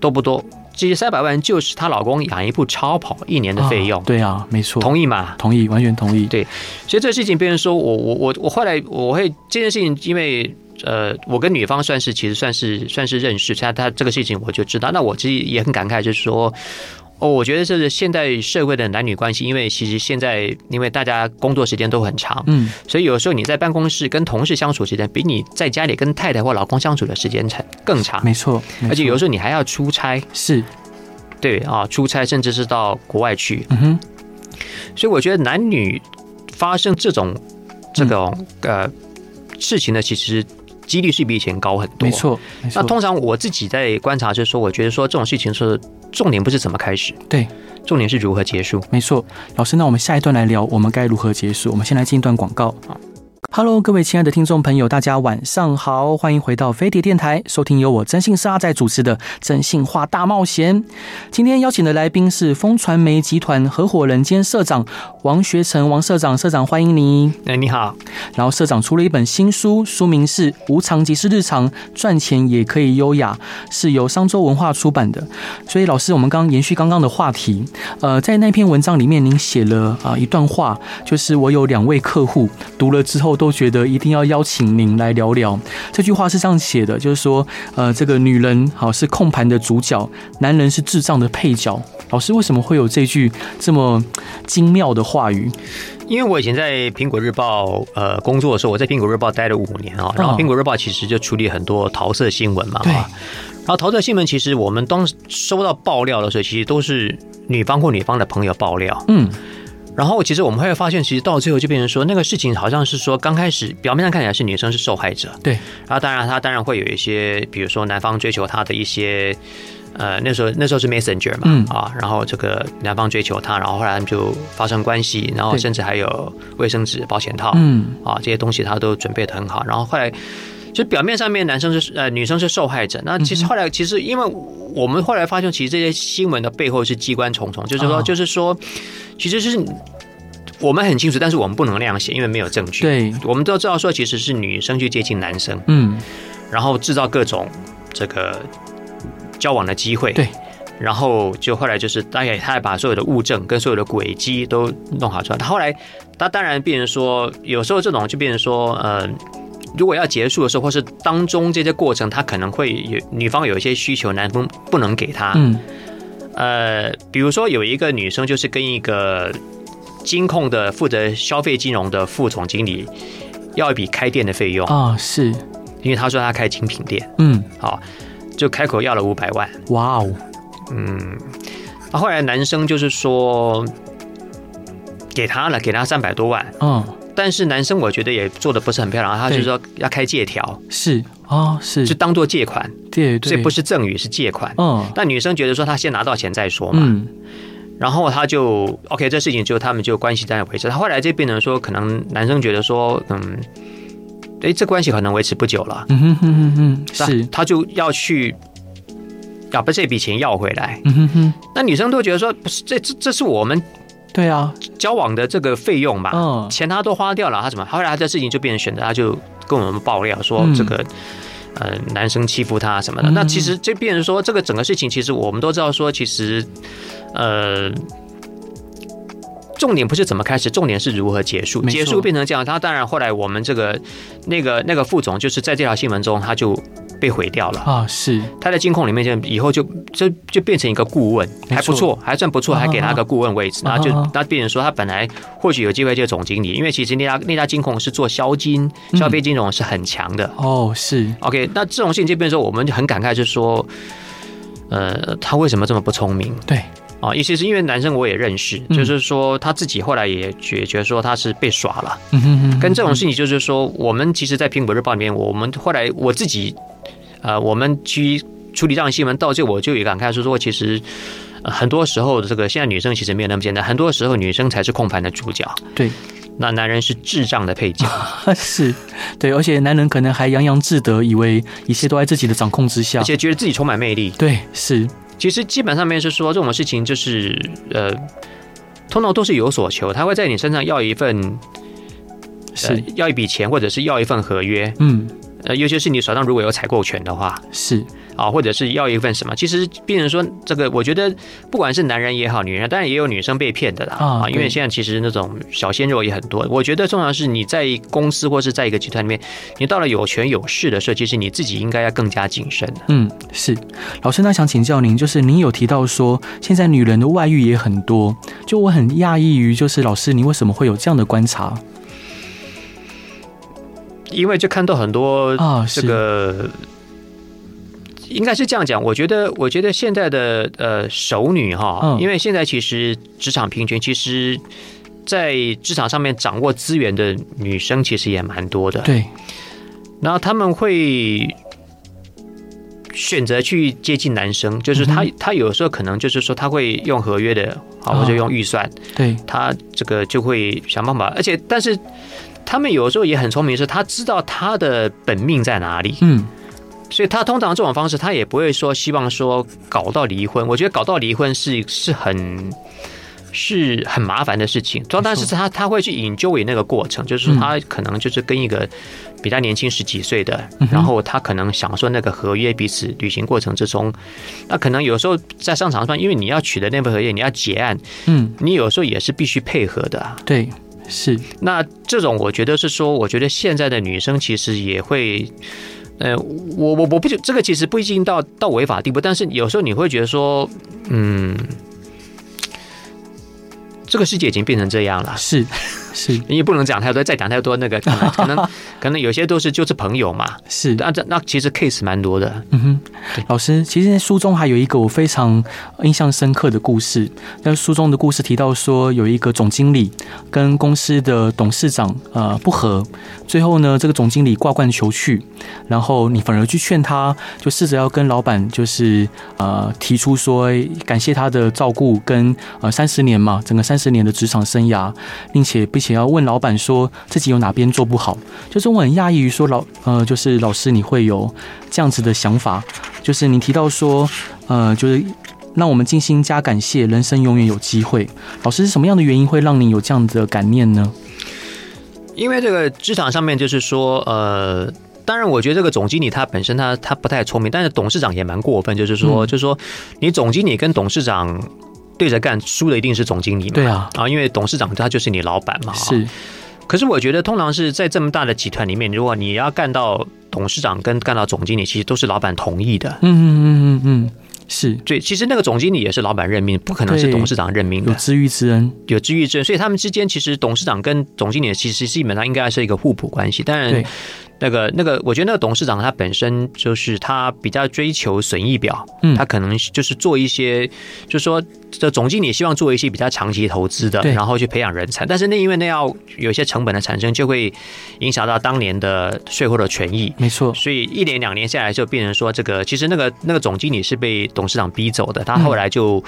[SPEAKER 2] 都不多，这些三百万就是她老公养一部超跑一年的费用
[SPEAKER 1] 啊，对啊没错，
[SPEAKER 2] 同意吗？
[SPEAKER 1] 同意完全同意，
[SPEAKER 2] 对所以这个事情，别人说我我我我后来我会这件事情，因为呃，我跟女方算是其实算是算是认识，她她这个事情我就知道。那我其实也很感慨，就是说。哦，我觉得这是现代社会的男女关系，因为其实现在因为大家工作时间都很长，
[SPEAKER 1] 嗯
[SPEAKER 2] 所以有时候你在办公室跟同事相处时间，比你在家里跟太太或老公相处的时间长更长，
[SPEAKER 1] 没错，没
[SPEAKER 2] 啊而且
[SPEAKER 1] 错
[SPEAKER 2] 有时候你还要出差，
[SPEAKER 1] 是
[SPEAKER 2] 对啊，出差甚至是到国外去，
[SPEAKER 1] 嗯哼
[SPEAKER 2] 所以我觉得男女发生这种这种、
[SPEAKER 1] 嗯
[SPEAKER 2] 呃事情呢，其实几率是比以前高很多。
[SPEAKER 1] 没。错没
[SPEAKER 2] 那
[SPEAKER 1] 错，
[SPEAKER 2] 通常我自己在观察，就是说，我觉得说这种事情是重点不是怎么开始，
[SPEAKER 1] 对，
[SPEAKER 2] 重点是如何结束。
[SPEAKER 1] 没错，老师，那我们下一段来聊我们该如何结束。我们先来进一段广告。Hello，各位亲爱的听众朋友，大家晚上好，欢迎回到飞碟电台，收听由我真性沙在主持的《真性话大冒险》。今天邀请的来宾是风传媒集团合伙人兼社长王学成，王社长，社长欢迎您。
[SPEAKER 2] 哎，你好，
[SPEAKER 1] 然后社长出了一本新书，书名是《无常即是日常，赚钱也可以优雅》，是由商周文化出版的。所以老师，我们刚刚延续刚刚的话题，呃，在那篇文章里面，您写了啊、呃一段话，就是我有两位客户读了之后都觉得一定要邀请您来聊聊。这句话是这样写的，就是说，呃，这个女人好、是控盘的主角，男人是智障的配角。老师为什么会有这句这么精妙的话语？
[SPEAKER 2] 因为我以前在苹果日报呃工作的时候，我在苹果日报待了五年啊、然
[SPEAKER 1] 嗯
[SPEAKER 2] 后苹果日报其实就处理很多桃色新闻嘛，
[SPEAKER 1] 对
[SPEAKER 2] 啊然后桃色新闻其实我们当时收到爆料的时候，其实都是女方或女方的朋友爆料，
[SPEAKER 1] 嗯，
[SPEAKER 2] 然后其实我们会发现，其实到最后就变成说，那个事情好像是说，刚开始表面上看起来是女生是受害者，啊
[SPEAKER 1] 对，
[SPEAKER 2] 然后当然她当然会有一些，比如说男方追求她的一些呃，那时候那时候是 Messenger 嘛，
[SPEAKER 1] 嗯
[SPEAKER 2] 啊，然后这个男方追求她，然后后来他们就发生关系，然后
[SPEAKER 1] 对
[SPEAKER 2] 甚至还有卫生纸、保险套，
[SPEAKER 1] 嗯，
[SPEAKER 2] 啊，这些东西她都准备的很好，然后后来。就表面上面男生是呃女生是受害者，那
[SPEAKER 1] 嗯
[SPEAKER 2] 其实后来其实因为我们后来发现，其实这些新闻的背后是机关重重，就是说、
[SPEAKER 1] 哦
[SPEAKER 2] 就是说，其实是我们很清楚，但是我们不能那样写，因为没有证据。，
[SPEAKER 1] 对，
[SPEAKER 2] 我们都知道说其实是女生去接近男生，
[SPEAKER 1] 嗯，
[SPEAKER 2] 然后制造各种这个交往的机会。
[SPEAKER 1] 对。
[SPEAKER 2] 然后就后来就是，大概他还把所有的物证跟所有的轨迹都弄好出来。他后来，他当然变成说，呃有时候这种就变成说，呃，如果要结束的时候，或是当中这些过程，他可能会有女方有一些需求，男方不能给他。
[SPEAKER 1] 嗯，
[SPEAKER 2] 呃，比如说有一个女生就是跟一个金控的负责消费金融的副总经理要一笔开店的费用，
[SPEAKER 1] 啊，是，
[SPEAKER 2] 因为她说她开精品店，
[SPEAKER 1] 嗯，
[SPEAKER 2] 好、就开口要了五百万。
[SPEAKER 1] 哇哦，
[SPEAKER 2] 嗯，啊后来男生就是说给她了，给她三百多万，
[SPEAKER 1] 嗯，
[SPEAKER 2] 但是男生我觉得也做的不是很漂亮，他就
[SPEAKER 1] 对
[SPEAKER 2] 说要开借条，
[SPEAKER 1] 是，哦，是
[SPEAKER 2] 就，当做借款，
[SPEAKER 1] 对
[SPEAKER 2] 所
[SPEAKER 1] 对，
[SPEAKER 2] 以不，是赠与是借款。
[SPEAKER 1] 嗯
[SPEAKER 2] 但女生觉得说她先拿到钱再说嘛，
[SPEAKER 1] 嗯，
[SPEAKER 2] 然后他就 OK，这事情就他们就关系在维持。他后来这变成说，可能男生觉得说，嗯，诶，这关系可能维持不久了，
[SPEAKER 1] 嗯哼哼哼哼，
[SPEAKER 2] 那
[SPEAKER 1] 是，
[SPEAKER 2] 他就要去要把这笔钱要回来。
[SPEAKER 1] 嗯哼哼，
[SPEAKER 2] 那女生都觉得说，不是这这这是我们
[SPEAKER 1] 对啊，
[SPEAKER 2] 交往的这个费用嘛，
[SPEAKER 1] 嗯
[SPEAKER 2] 钱他都花掉了，他怎么？后来他这事情就变成选择，他就跟我们爆料说
[SPEAKER 1] 嗯
[SPEAKER 2] 这个。呃，男生欺负她什么的，
[SPEAKER 1] 嗯
[SPEAKER 2] 那其实这变成说，这个整个事情，其实我们都知道说，其实，呃，重点不是怎么开始，重点是如何结束。
[SPEAKER 1] 没错
[SPEAKER 2] 结束变成这样，他当然后来我们这个那个那个副总，就是在这条新闻中，他就被毁掉了。
[SPEAKER 1] 啊，是，
[SPEAKER 2] 他在监控里面就以后就就就变成一个顾问，
[SPEAKER 1] 没错
[SPEAKER 2] 还不错，还算不错，
[SPEAKER 1] 啊哈
[SPEAKER 2] 还给他个顾问位置，
[SPEAKER 1] 啊
[SPEAKER 2] 然
[SPEAKER 1] 哈
[SPEAKER 2] 后就
[SPEAKER 1] 啊哈
[SPEAKER 2] 那变成说他本来或许有机会就是总经理，因为其实那家那家金控是做销金、
[SPEAKER 1] 嗯
[SPEAKER 2] 消费金融是很强的。
[SPEAKER 1] 哦，是，
[SPEAKER 2] OK，那这种事情就变成说我们就很感慨，就是说。呃，他为什么这么不聪明
[SPEAKER 1] 对，
[SPEAKER 2] 啊？也其实因为男生我也认识，
[SPEAKER 1] 嗯
[SPEAKER 2] 就是说他自己后来也觉觉得说他是被耍了，
[SPEAKER 1] 嗯哼哼，
[SPEAKER 2] 跟这种事情，就是说，我们其实，在《苹果日报》里面，我们后来我自己，呃，我们去处理这样的新闻，到这我就有感慨，是说，其实、呃很多时候，这个现在女生其实没有那么简单，很多时候女生才是控盘的主角，
[SPEAKER 1] 对，
[SPEAKER 2] 那男人是智障的配角。
[SPEAKER 1] 是，对，而且男人可能还洋洋自得，以为一切都在自己的掌控之下
[SPEAKER 2] 而，且觉得自己充满魅力。
[SPEAKER 1] 对，是，
[SPEAKER 2] 其实基本上面是说，这种事情就是呃，通常都是有所求，他会在你身上要一份，呃
[SPEAKER 1] 是，，
[SPEAKER 2] 要一笔钱，或者是要一份合约，
[SPEAKER 1] 嗯，
[SPEAKER 2] 呃，尤其是你手上如果有采购权的话，
[SPEAKER 1] 是，
[SPEAKER 2] 啊，或者是要一份什么？其实，变成说这个，我觉得不管是男人也好，女人，当然也有女生被骗的啦。
[SPEAKER 1] 啊
[SPEAKER 2] 因为
[SPEAKER 1] 对
[SPEAKER 2] 现在其实那种小鲜肉也很多。我觉得重要的是你在公司或是在一个集团里面，你到了有权有势的时候，其实你自己应该要更加谨慎的。
[SPEAKER 1] 嗯，是老师，那想请教您，就是您有提到说，现在女人的外遇也很多，就我很讶异于，就是老师，你为什么会有这样的观察
[SPEAKER 2] 因为就看到很多
[SPEAKER 1] 啊？是
[SPEAKER 2] 这个。应该是这样讲，我觉得，我觉得现在的呃熟女哈，
[SPEAKER 1] 嗯
[SPEAKER 2] 因为现在其实职场平均，其实，在职场上面掌握资源的女生其实也蛮多的。
[SPEAKER 1] 对，
[SPEAKER 2] 然后他们会选择去接近男生，就是他、他有时候可能就是说他会用合约的啊，
[SPEAKER 1] 哦
[SPEAKER 2] 或者用预算，
[SPEAKER 1] 对，
[SPEAKER 2] 他这个就会想办法，而且但是。他们有时候也很聪明，是他知道他的本命在哪里，
[SPEAKER 1] 嗯，
[SPEAKER 2] 所以他通常这种方式，他也不会说希望说搞到离婚。我觉得搞到离婚是是很是很麻烦的事情。主要但是他他会去 enjoy 那个过程，就是他可能就是跟一个比他年轻十几岁的，
[SPEAKER 1] 嗯哼
[SPEAKER 2] 然后他可能享受那个合约彼此履行过程之中。那可能有时候在商场上，因为你要取得那份合约，你要结案，
[SPEAKER 1] 嗯，
[SPEAKER 2] 你有时候也是必须配合的啊。
[SPEAKER 1] 对，是，
[SPEAKER 2] 那这种我觉得是说，我觉得现在的女生其实也会，呃，我我我不觉这个其实不一定到到违法地步，但是有时候你会觉得说，嗯，这个世界已经变成这样了，
[SPEAKER 1] 是，是
[SPEAKER 2] 你也不能讲太多，再讲太多那个可能 可能可能有些都是就是朋友嘛。
[SPEAKER 1] 是
[SPEAKER 2] 那这那其实 case 蛮多的，
[SPEAKER 1] 嗯哼，老师，其实书中还有一个我非常印象深刻的故事。那书中的故事提到说，有一个总经理跟公司的董事长呃不和，最后呢，这个总经理挂冠求去，然后你反而去劝他，就试着要跟老板就是呃提出说诶感谢他的照顾跟呃三十年嘛，整个三十年的职场生涯，并且并且要问老板说自己有哪边做不好。就是我很讶异于说老呃就是老师你会有。这样子的想法，就是您提到说，呃，就是让我们静心加感谢，人生永远有机会。老师是什么样的原因会让你有这样的感念呢？
[SPEAKER 2] 因为这个职场上面就是说，呃，当然我觉得这个总经理他本身他他不太聪明，但是董事长也蛮过分，就是说、
[SPEAKER 1] 嗯
[SPEAKER 2] 就是说你总经理跟董事长对着干，输的一定是总经理嘛。
[SPEAKER 1] 对啊，
[SPEAKER 2] 啊，因为董事长他就是你老板嘛。
[SPEAKER 1] 是
[SPEAKER 2] 可是我觉得，通常是在这么大的集团里面，如果你要干到董事长跟干到总经理，其实都是老板同意的。
[SPEAKER 1] 嗯嗯嗯嗯嗯，是
[SPEAKER 2] 对，其实那个总经理也是老板任命，不可能是
[SPEAKER 1] 对
[SPEAKER 2] 董事长任命
[SPEAKER 1] 有
[SPEAKER 2] 的，
[SPEAKER 1] 知遇之恩，
[SPEAKER 2] 有知遇之恩。所以他们之间其实董事长跟总经理其实基本上应该是一个互补关系。当然
[SPEAKER 1] 对，
[SPEAKER 2] 那个那个，我觉得那个董事长他本身就是他比较追求损益表，
[SPEAKER 1] 嗯
[SPEAKER 2] 他可能就是做一些，就是说这总经理希望做一些比较长期投资的，
[SPEAKER 1] 对
[SPEAKER 2] 然后去培养人才。但是那因为那要有一些成本的产生，就会影响到当年的税后的权益。
[SPEAKER 1] 没错，
[SPEAKER 2] 所以一年两年下来，就变成说这个，其实那个那个总经理是被董事长逼走的，他后来就、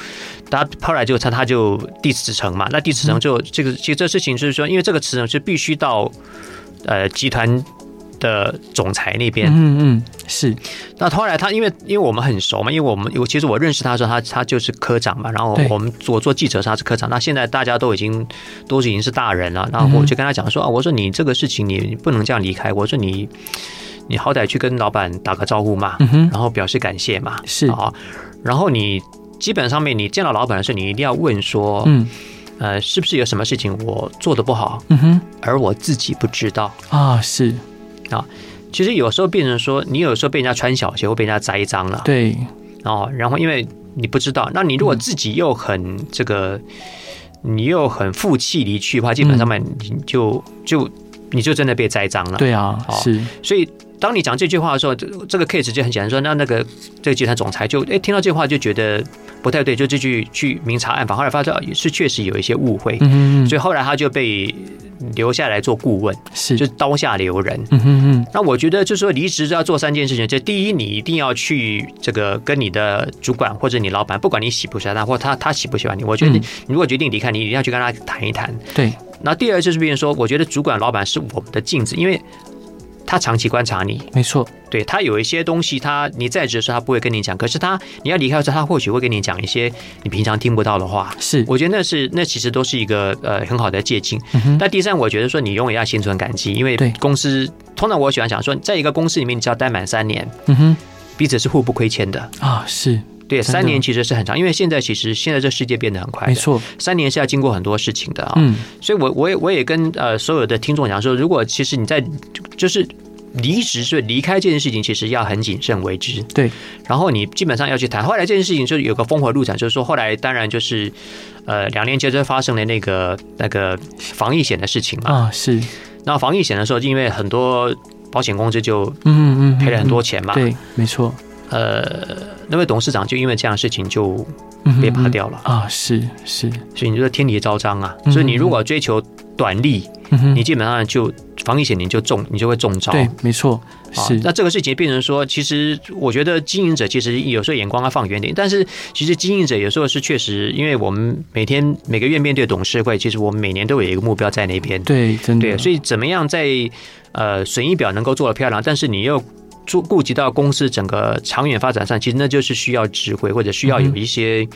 [SPEAKER 2] 他后来就他他就递辞呈嘛，那递辞呈就、这个其实这事情就是说，因为这个辞呈是必须到呃集团的总裁那边，
[SPEAKER 1] 嗯嗯嗯，是
[SPEAKER 2] 那后来他因为因为我们很熟嘛，因为我们我其实我认识他的时候，他他就是科长嘛，然后
[SPEAKER 1] 对
[SPEAKER 2] 我们我做记者的时候他是科长，那现在大家都已经都已经是大人了，
[SPEAKER 1] 嗯
[SPEAKER 2] 然后
[SPEAKER 1] 哼
[SPEAKER 2] 我就跟他讲说啊，我说你这个事情你你不能这样离开，我说你你好歹去跟老板打个招呼嘛，
[SPEAKER 1] 嗯哼
[SPEAKER 2] 然后表示感谢嘛，
[SPEAKER 1] 是
[SPEAKER 2] 啊，然后你基本上面你见到老板的时候，你一定要问说，
[SPEAKER 1] 嗯
[SPEAKER 2] 呃，是不是有什么事情我做的不好，
[SPEAKER 1] 嗯哼
[SPEAKER 2] 而我自己不知道。
[SPEAKER 1] 啊是
[SPEAKER 2] 其实有时候变成说，你有时候被人家穿小鞋或被人家栽赃了，
[SPEAKER 1] 对
[SPEAKER 2] 哦，然后因为你不知道，那你如
[SPEAKER 1] 嗯
[SPEAKER 2] 果自己又很这个，你又很负气离去的话，基本上面你就就你就真的被栽赃
[SPEAKER 1] 嗯
[SPEAKER 2] 了。，
[SPEAKER 1] 对啊
[SPEAKER 2] 好
[SPEAKER 1] 是
[SPEAKER 2] 所以当你讲这句话的时候，这这个 case 就很简单说，那那个这个集团总裁就哎听到这话就觉得不太对，就这句去明察暗访，后来发现哦是确实有一些误会，
[SPEAKER 1] 嗯哼嗯
[SPEAKER 2] 所以后来他就被留下来做顾问，
[SPEAKER 1] 是
[SPEAKER 2] 就是刀下留人。
[SPEAKER 1] 嗯哼嗯
[SPEAKER 2] 那我觉得就是说，离职要做三件事情。就第一，你一定要去这个跟你的主管或者你老板，不管你喜不喜欢他，或他他喜不喜欢你，我觉得你
[SPEAKER 1] 嗯
[SPEAKER 2] 你如果决定离开，你一定要去跟他谈一谈。
[SPEAKER 1] 对
[SPEAKER 2] 那第二就是，比如说，我觉得主管、老板是我们的镜子，因为他长期观察你，
[SPEAKER 1] 没错
[SPEAKER 2] 对他有一些东西他，你在职的时候他不会跟你讲，可是他你要离开的时候，他或许会跟你讲一些你平常听不到的话。
[SPEAKER 1] 是
[SPEAKER 2] 我觉得那是那其实都是一个呃很好的借鉴。
[SPEAKER 1] 嗯哼
[SPEAKER 2] 那第三，我觉得说你永远要心存感激，因为
[SPEAKER 1] 对
[SPEAKER 2] 公司通常我喜欢想说，在一个公司里面，你只要待满三年，
[SPEAKER 1] 嗯哼
[SPEAKER 2] 彼此是互不亏欠的。
[SPEAKER 1] 啊是
[SPEAKER 2] 对，
[SPEAKER 1] 真的
[SPEAKER 2] 三年其实是很长，因为现在其实现在这世界变得很快
[SPEAKER 1] 没
[SPEAKER 2] 的，
[SPEAKER 1] 错
[SPEAKER 2] 三年是要经过很多事情的啊、
[SPEAKER 1] 嗯
[SPEAKER 2] 所以我我也我也跟呃所有的听众讲说，如果其实你在就是离职，所以离开这件事情，其实要很谨慎为之。
[SPEAKER 1] 对
[SPEAKER 2] 然后你基本上要去谈。后来这件事情就有个峰回路转，就是说后来当然就是，呃，两年前就发生了那个那个防疫险的事情嘛。
[SPEAKER 1] 啊是
[SPEAKER 2] 那防疫险的时候，因为很多保险公司就
[SPEAKER 1] 嗯嗯嗯嗯
[SPEAKER 2] 赔了很多
[SPEAKER 1] 嗯
[SPEAKER 2] 钱嘛。
[SPEAKER 1] 对没错
[SPEAKER 2] 呃，那位董事长就因为这样的事情就
[SPEAKER 1] 嗯哼
[SPEAKER 2] 被拔
[SPEAKER 1] 嗯
[SPEAKER 2] 掉了，
[SPEAKER 1] 啊是是
[SPEAKER 2] 所以你就天理昭彰啊。
[SPEAKER 1] 嗯
[SPEAKER 2] 所以你如果追求短利，
[SPEAKER 1] 嗯哼
[SPEAKER 2] 你基本上就防疫险你就中，你就会中招。
[SPEAKER 1] 对，没错，
[SPEAKER 2] 啊
[SPEAKER 1] 是，
[SPEAKER 2] 那这个事情变成说，其实我觉得经营者其实有时候眼光要放远点，但是其实经营者有时候是确实，因为我们每天每个月面对董事会，其实我们每年都有一个目标在那边，
[SPEAKER 1] 对，真的，
[SPEAKER 2] 对，所以怎么样在呃损益表能够做得漂亮，但是你又注顾及到公司整个长远发展上，其实那就是需要智慧，或者需要有一些，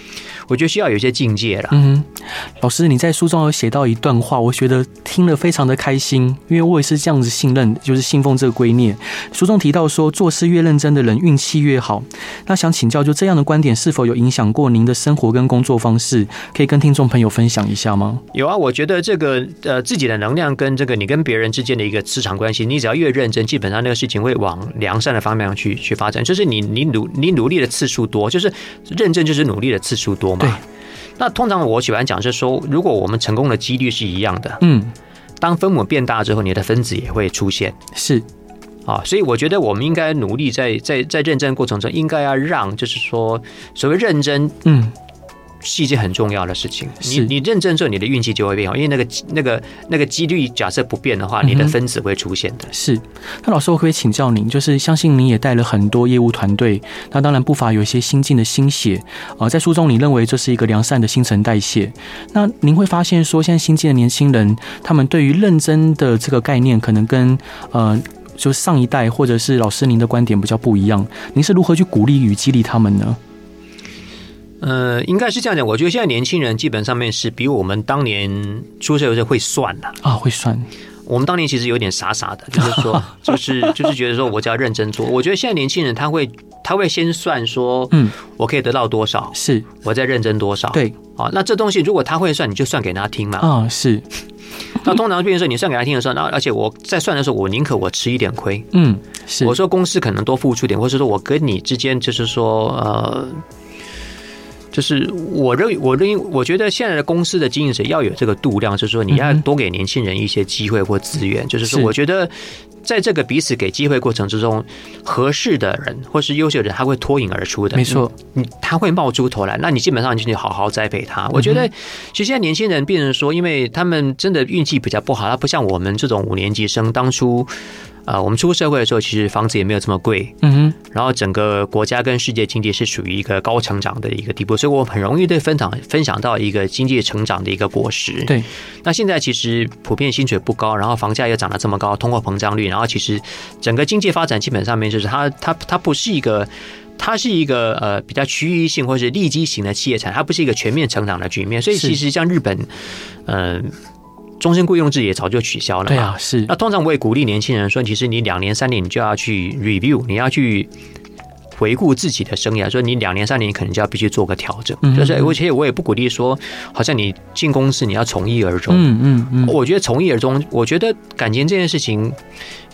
[SPEAKER 2] 我觉得需要有一些境界啦。
[SPEAKER 1] 嗯哼，老师，你在书中有写到一段话，我觉得听了非常的开心，因为我也是这样子信任，就是信奉这个圭臬。书中提到说，做事越认真的人，运气越好。那想请教，就这样的观点是否有影响过您的生活跟工作方式？可以跟听众朋友分享一下吗？
[SPEAKER 2] 有啊，我觉得这个呃自己的能量跟这个你跟别人之间的一个磁场关系，你只要越认真，基本上那个事情会往良善的方面去去发展。就是你你努你努力的次数多，就是认真就是努力的次数多
[SPEAKER 1] 对
[SPEAKER 2] 嘛。那通常我喜欢讲是说，如果我们成功的几率是一样的，
[SPEAKER 1] 嗯，
[SPEAKER 2] 当分母变大之后，你的分子也会出现
[SPEAKER 1] 是
[SPEAKER 2] 啊。所以我觉得我们应该努力在在在认真的过程中，应该要让就是说所谓认真
[SPEAKER 1] 嗯
[SPEAKER 2] 是一件很重要的事情。你
[SPEAKER 1] 是
[SPEAKER 2] 你认真之后，你的运气就会变好，因为那个那个那个几率假设不变的话，你
[SPEAKER 1] 嗯
[SPEAKER 2] 的
[SPEAKER 1] 哼
[SPEAKER 2] 分子会出现的。
[SPEAKER 1] 是。那老师，我可不可以请教您？就是相信您也带了很多业务团队，那当然不乏有一些新进的心血。呃，在书中你认为这是一个良善的新陈代谢。那您会发现说，现在新进的年轻人，他们对于认真的这个概念，可能跟呃。就上一代，或者是老师您的观点比较不一样，您是如何去鼓励与激励他们呢？
[SPEAKER 2] 呃，应该是这样讲。我觉得现在年轻人基本上面是比我们当年出社会的时候会算了、
[SPEAKER 1] 啊，会算
[SPEAKER 2] 我们当年其实有点傻傻的， 就是说，就是就是觉得说我只要认真做。我觉得现在年轻人他会他会先算说，
[SPEAKER 1] 嗯，
[SPEAKER 2] 我可以得到多少，
[SPEAKER 1] 是
[SPEAKER 2] 我再认真多少。，
[SPEAKER 1] 对
[SPEAKER 2] 啊，那这东西如果他会算，你就算给他听嘛。
[SPEAKER 1] 啊，是
[SPEAKER 2] 那通常变成说你算给他听的时候，然后而且我在算的时候，我宁可我吃一点亏。
[SPEAKER 1] 嗯是
[SPEAKER 2] 我说公司可能多付出点，或者说我跟你之间就是说呃。就是我认为我认为我觉得现在的公司的经营者要有这个度量，就是说你要
[SPEAKER 1] 嗯哼
[SPEAKER 2] 多给年轻人一些机会或资源。就是说，
[SPEAKER 1] 是
[SPEAKER 2] 我觉得在这个彼此给机会过程之中，合适的人或是优秀的人，他会脱颖而出的。
[SPEAKER 1] 没错，
[SPEAKER 2] 你他会冒出头来，那你基本上就得好好栽培
[SPEAKER 1] 嗯
[SPEAKER 2] 他。我觉得，其实现在年轻人变成说，因为他们真的运气比较不好，他不像我们这种五年级生，当初呃我们出社会的时候，其实房子也没有这么贵，
[SPEAKER 1] 嗯哼
[SPEAKER 2] 然后整个国家跟世界经济是属于一个高成长的一个地步，所以我很容易对分享分享到一个经济成长的一个果实。
[SPEAKER 1] 对
[SPEAKER 2] 那现在其实普遍薪水不高，然后房价又涨得这么高，通货膨胀率，然后其实整个经济发展基本上面就是它它它不是一个。它是一个呃比较区域性或是利基型的企业产，它不是一个全面成长的局面，所以
[SPEAKER 1] 是
[SPEAKER 2] 其实像日本，呃，终身雇佣制也早就取消了嘛。
[SPEAKER 1] 对啊是
[SPEAKER 2] 那通常我也鼓励年轻人说，其实你两年三年你就要去 review，你要去回顾自己的生涯，说你两年三年可能就要必须做个调整。
[SPEAKER 1] 嗯
[SPEAKER 2] 就是而且我也不鼓励说，好像你进公司你要从一而终。
[SPEAKER 1] 嗯嗯嗯
[SPEAKER 2] 我觉得从一而终，我觉得感情这件事情，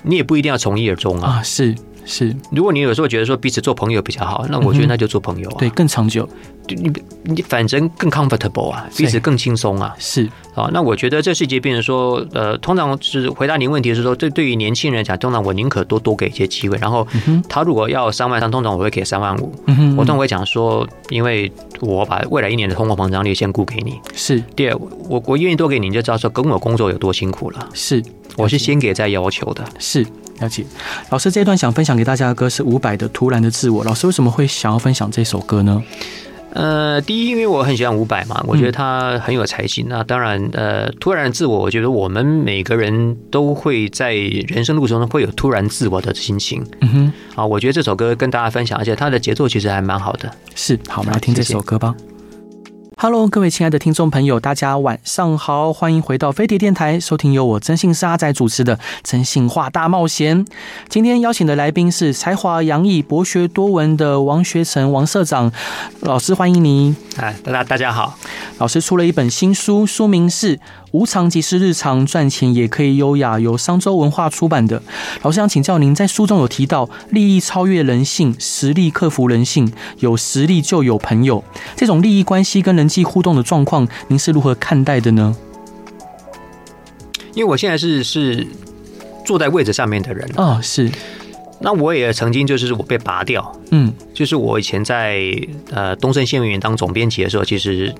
[SPEAKER 2] 你也不一定要从一而终啊。
[SPEAKER 1] 啊是是
[SPEAKER 2] 如果你有时候觉得说彼此做朋友比较好，那我觉得
[SPEAKER 1] 嗯哼
[SPEAKER 2] 那就做朋友啊。
[SPEAKER 1] 对更长久
[SPEAKER 2] 对，你你反正更 comfortable 啊，
[SPEAKER 1] 是
[SPEAKER 2] 彼此更轻松啊。
[SPEAKER 1] 是
[SPEAKER 2] 啊，那我觉得这世界变成说，呃，通常是回答您问题是说，对对于年轻人来讲，通常我宁可多多给一些机会。然后
[SPEAKER 1] 嗯哼
[SPEAKER 2] 他如果要三万三，通常我会给三万五。
[SPEAKER 1] 嗯哼
[SPEAKER 2] 我通常会讲说，因为我把未来一年的通货膨胀率先估给你。
[SPEAKER 1] 是
[SPEAKER 2] 第二，我我愿意多给你，你就知道说跟我工作有多辛苦了。
[SPEAKER 1] 是
[SPEAKER 2] 我是先给再要求的。
[SPEAKER 1] 是了解。老师这一段想分享给大家的歌是伍佰的《突然的自我》，老师为什么会想要分享这首歌呢？
[SPEAKER 2] 呃，第一，因为我很喜欢伍佰嘛，我
[SPEAKER 1] 嗯
[SPEAKER 2] 觉得他很有才性。那当然，呃，突然自我，我觉得我们每个人都会在人生路中会有突然自我的心情
[SPEAKER 1] 嗯哼
[SPEAKER 2] 啊。我觉得这首歌跟大家分享，而且它的节奏其实还蛮好的。
[SPEAKER 1] 是好，我们
[SPEAKER 2] 好
[SPEAKER 1] 来听这
[SPEAKER 2] 谢谢
[SPEAKER 1] 首歌吧。Hello，各位亲爱的听众朋友，大家晚上好，欢迎回到飞碟电台，收听由我真性沙仔主持的《真性话大冒险》。今天邀请的来宾是才华洋溢、博学多闻的王学成王社长，老师欢迎你。
[SPEAKER 2] 哎，大家大家好，
[SPEAKER 1] 老师出了一本新书，书名是《无常即是日常，赚钱也可以优雅》，由商周文化出版的。老师想请教您，在书中有提到利益超越人性，实力克服人性，有实力就有朋友，这种利益关系跟人际互动的状况，您是如何看待的呢？
[SPEAKER 2] 因为我现在是是坐在位置上面的人，
[SPEAKER 1] 啊、是，
[SPEAKER 2] 那我也曾经就是我被拔掉，
[SPEAKER 1] 嗯，
[SPEAKER 2] 就是我以前在呃东森新闻园当总编辑的时候，其实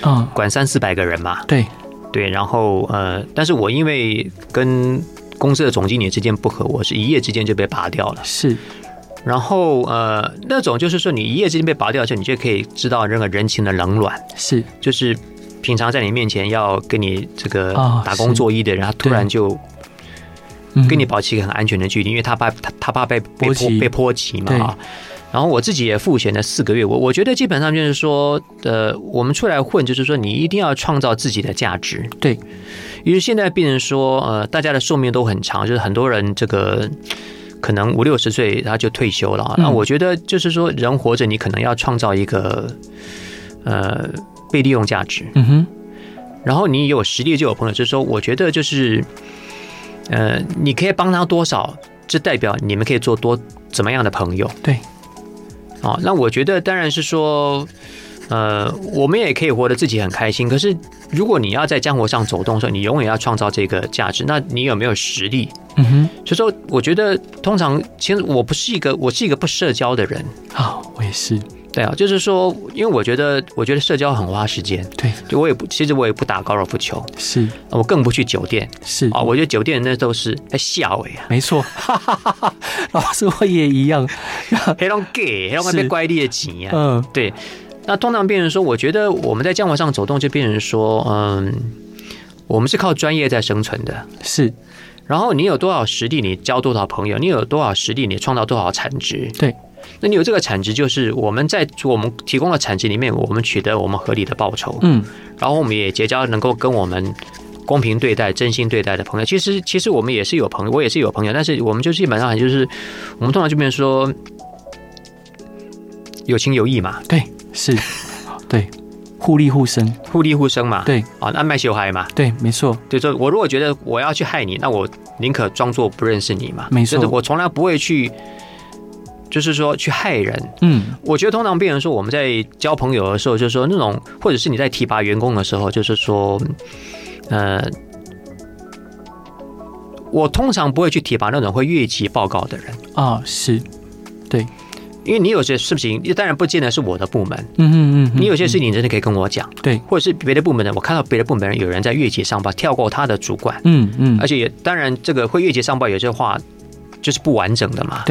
[SPEAKER 1] 啊、
[SPEAKER 2] 管三四百个人嘛，
[SPEAKER 1] 对，
[SPEAKER 2] 对，然后呃，但是我因为跟公司的总经理之间不和，我是一夜之间就被拔掉了。
[SPEAKER 1] 是，
[SPEAKER 2] 然后呃，那种就是说你一夜之间被拔掉的时候，你就可以知道那个人情的冷暖，
[SPEAKER 1] 是，
[SPEAKER 2] 就是平常在你面前要跟你这个
[SPEAKER 1] 啊
[SPEAKER 2] 打工
[SPEAKER 1] 是
[SPEAKER 2] 作揖的人，他突然就
[SPEAKER 1] 嗯
[SPEAKER 2] 跟你保持一个很安全的距离，因为他怕他他怕被被
[SPEAKER 1] 波
[SPEAKER 2] 波
[SPEAKER 1] 及
[SPEAKER 2] 被波及嘛
[SPEAKER 1] 嗯对
[SPEAKER 2] 啊。然后我自己也复选了四个月，我我觉得基本上就是说，呃，我们出来混，就是说你一定要创造自己的价值。
[SPEAKER 1] 对，
[SPEAKER 2] 于是现在变成说，呃，大家的寿命都很长，就是很多人这个可能五六十岁他就退休了啊。
[SPEAKER 1] 嗯
[SPEAKER 2] 那、我觉得就是说，人活着你可能要创造一个呃被利用价值，
[SPEAKER 1] 嗯哼，
[SPEAKER 2] 然后你有实力就有朋友，就是说，我觉得就是呃，你可以帮他多少，这代表你们可以做多怎么样的朋友。
[SPEAKER 1] 对，
[SPEAKER 2] 哦，那我觉得当然是说，呃，我们也可以活得自己很开心。可是，如果你要在江湖上走动的时候，你永远要创造这个价值。那你有没有实力？
[SPEAKER 1] 嗯哼，
[SPEAKER 2] 所以说，我觉得通常，其实我不是一个，我是一个不社交的人。
[SPEAKER 1] 好，啊我也是，
[SPEAKER 2] 对啊，就是说，因为我觉得，我觉得社交很花时间。
[SPEAKER 1] 对，
[SPEAKER 2] 就我也不，其实我也不打高尔夫球，
[SPEAKER 1] 是
[SPEAKER 2] 我更不去酒店
[SPEAKER 1] 是
[SPEAKER 2] 啊、我觉得酒店那都是在 吓我呀，
[SPEAKER 1] 没错，哈哈哈哈老师我也一样，
[SPEAKER 2] 黑龙 gay，黑龙
[SPEAKER 1] 是
[SPEAKER 2] 被怪力的紧呀。
[SPEAKER 1] 嗯，
[SPEAKER 2] 对，那通常变成说，我觉得我们在江湖上走动，就变成说，嗯，我们是靠专业在生存的。
[SPEAKER 1] 是
[SPEAKER 2] 然后你有多少实力，你交多少朋友；你有多少实力，你创造多少产值。
[SPEAKER 1] 对，
[SPEAKER 2] 那你有这个产值，就是我们在我们提供的产值里面，我们取得我们合理的报酬，
[SPEAKER 1] 嗯，
[SPEAKER 2] 然后我们也结交能够跟我们。公平对待、真心对待的朋友，其实其实我们也是有朋友，我也是有朋友，但是我们就基本上就是，我们通常这边说有情有义嘛，
[SPEAKER 1] 对是， 对，互利互生，
[SPEAKER 2] 互利互生嘛，
[SPEAKER 1] 对
[SPEAKER 2] 啊，那卖秀害嘛，
[SPEAKER 1] 对，没错，
[SPEAKER 2] 对，就我如果觉得我要去害你，那我宁可装作不认识你嘛，
[SPEAKER 1] 没错
[SPEAKER 2] 就是我从来不会去，就是说去害人。
[SPEAKER 1] 嗯，
[SPEAKER 2] 我觉得通常别人说我们在交朋友的时候，就是说那嗯种，或者是你在提拔员工的时候，就是说，呃。我通常不会去提拔那种会越级报告的人，
[SPEAKER 1] 啊是，对，
[SPEAKER 2] 因为你有些事情，当然不见得是我的部门，
[SPEAKER 1] 嗯嗯嗯，
[SPEAKER 2] 你有些事情真的可以跟我讲，
[SPEAKER 1] 对，
[SPEAKER 2] 或者是别的部门的，我看到别的部门有人在越级上报，跳过他的主管，
[SPEAKER 1] 嗯嗯
[SPEAKER 2] 而且也当然，这个会越级上报有些话就是不完整的嘛。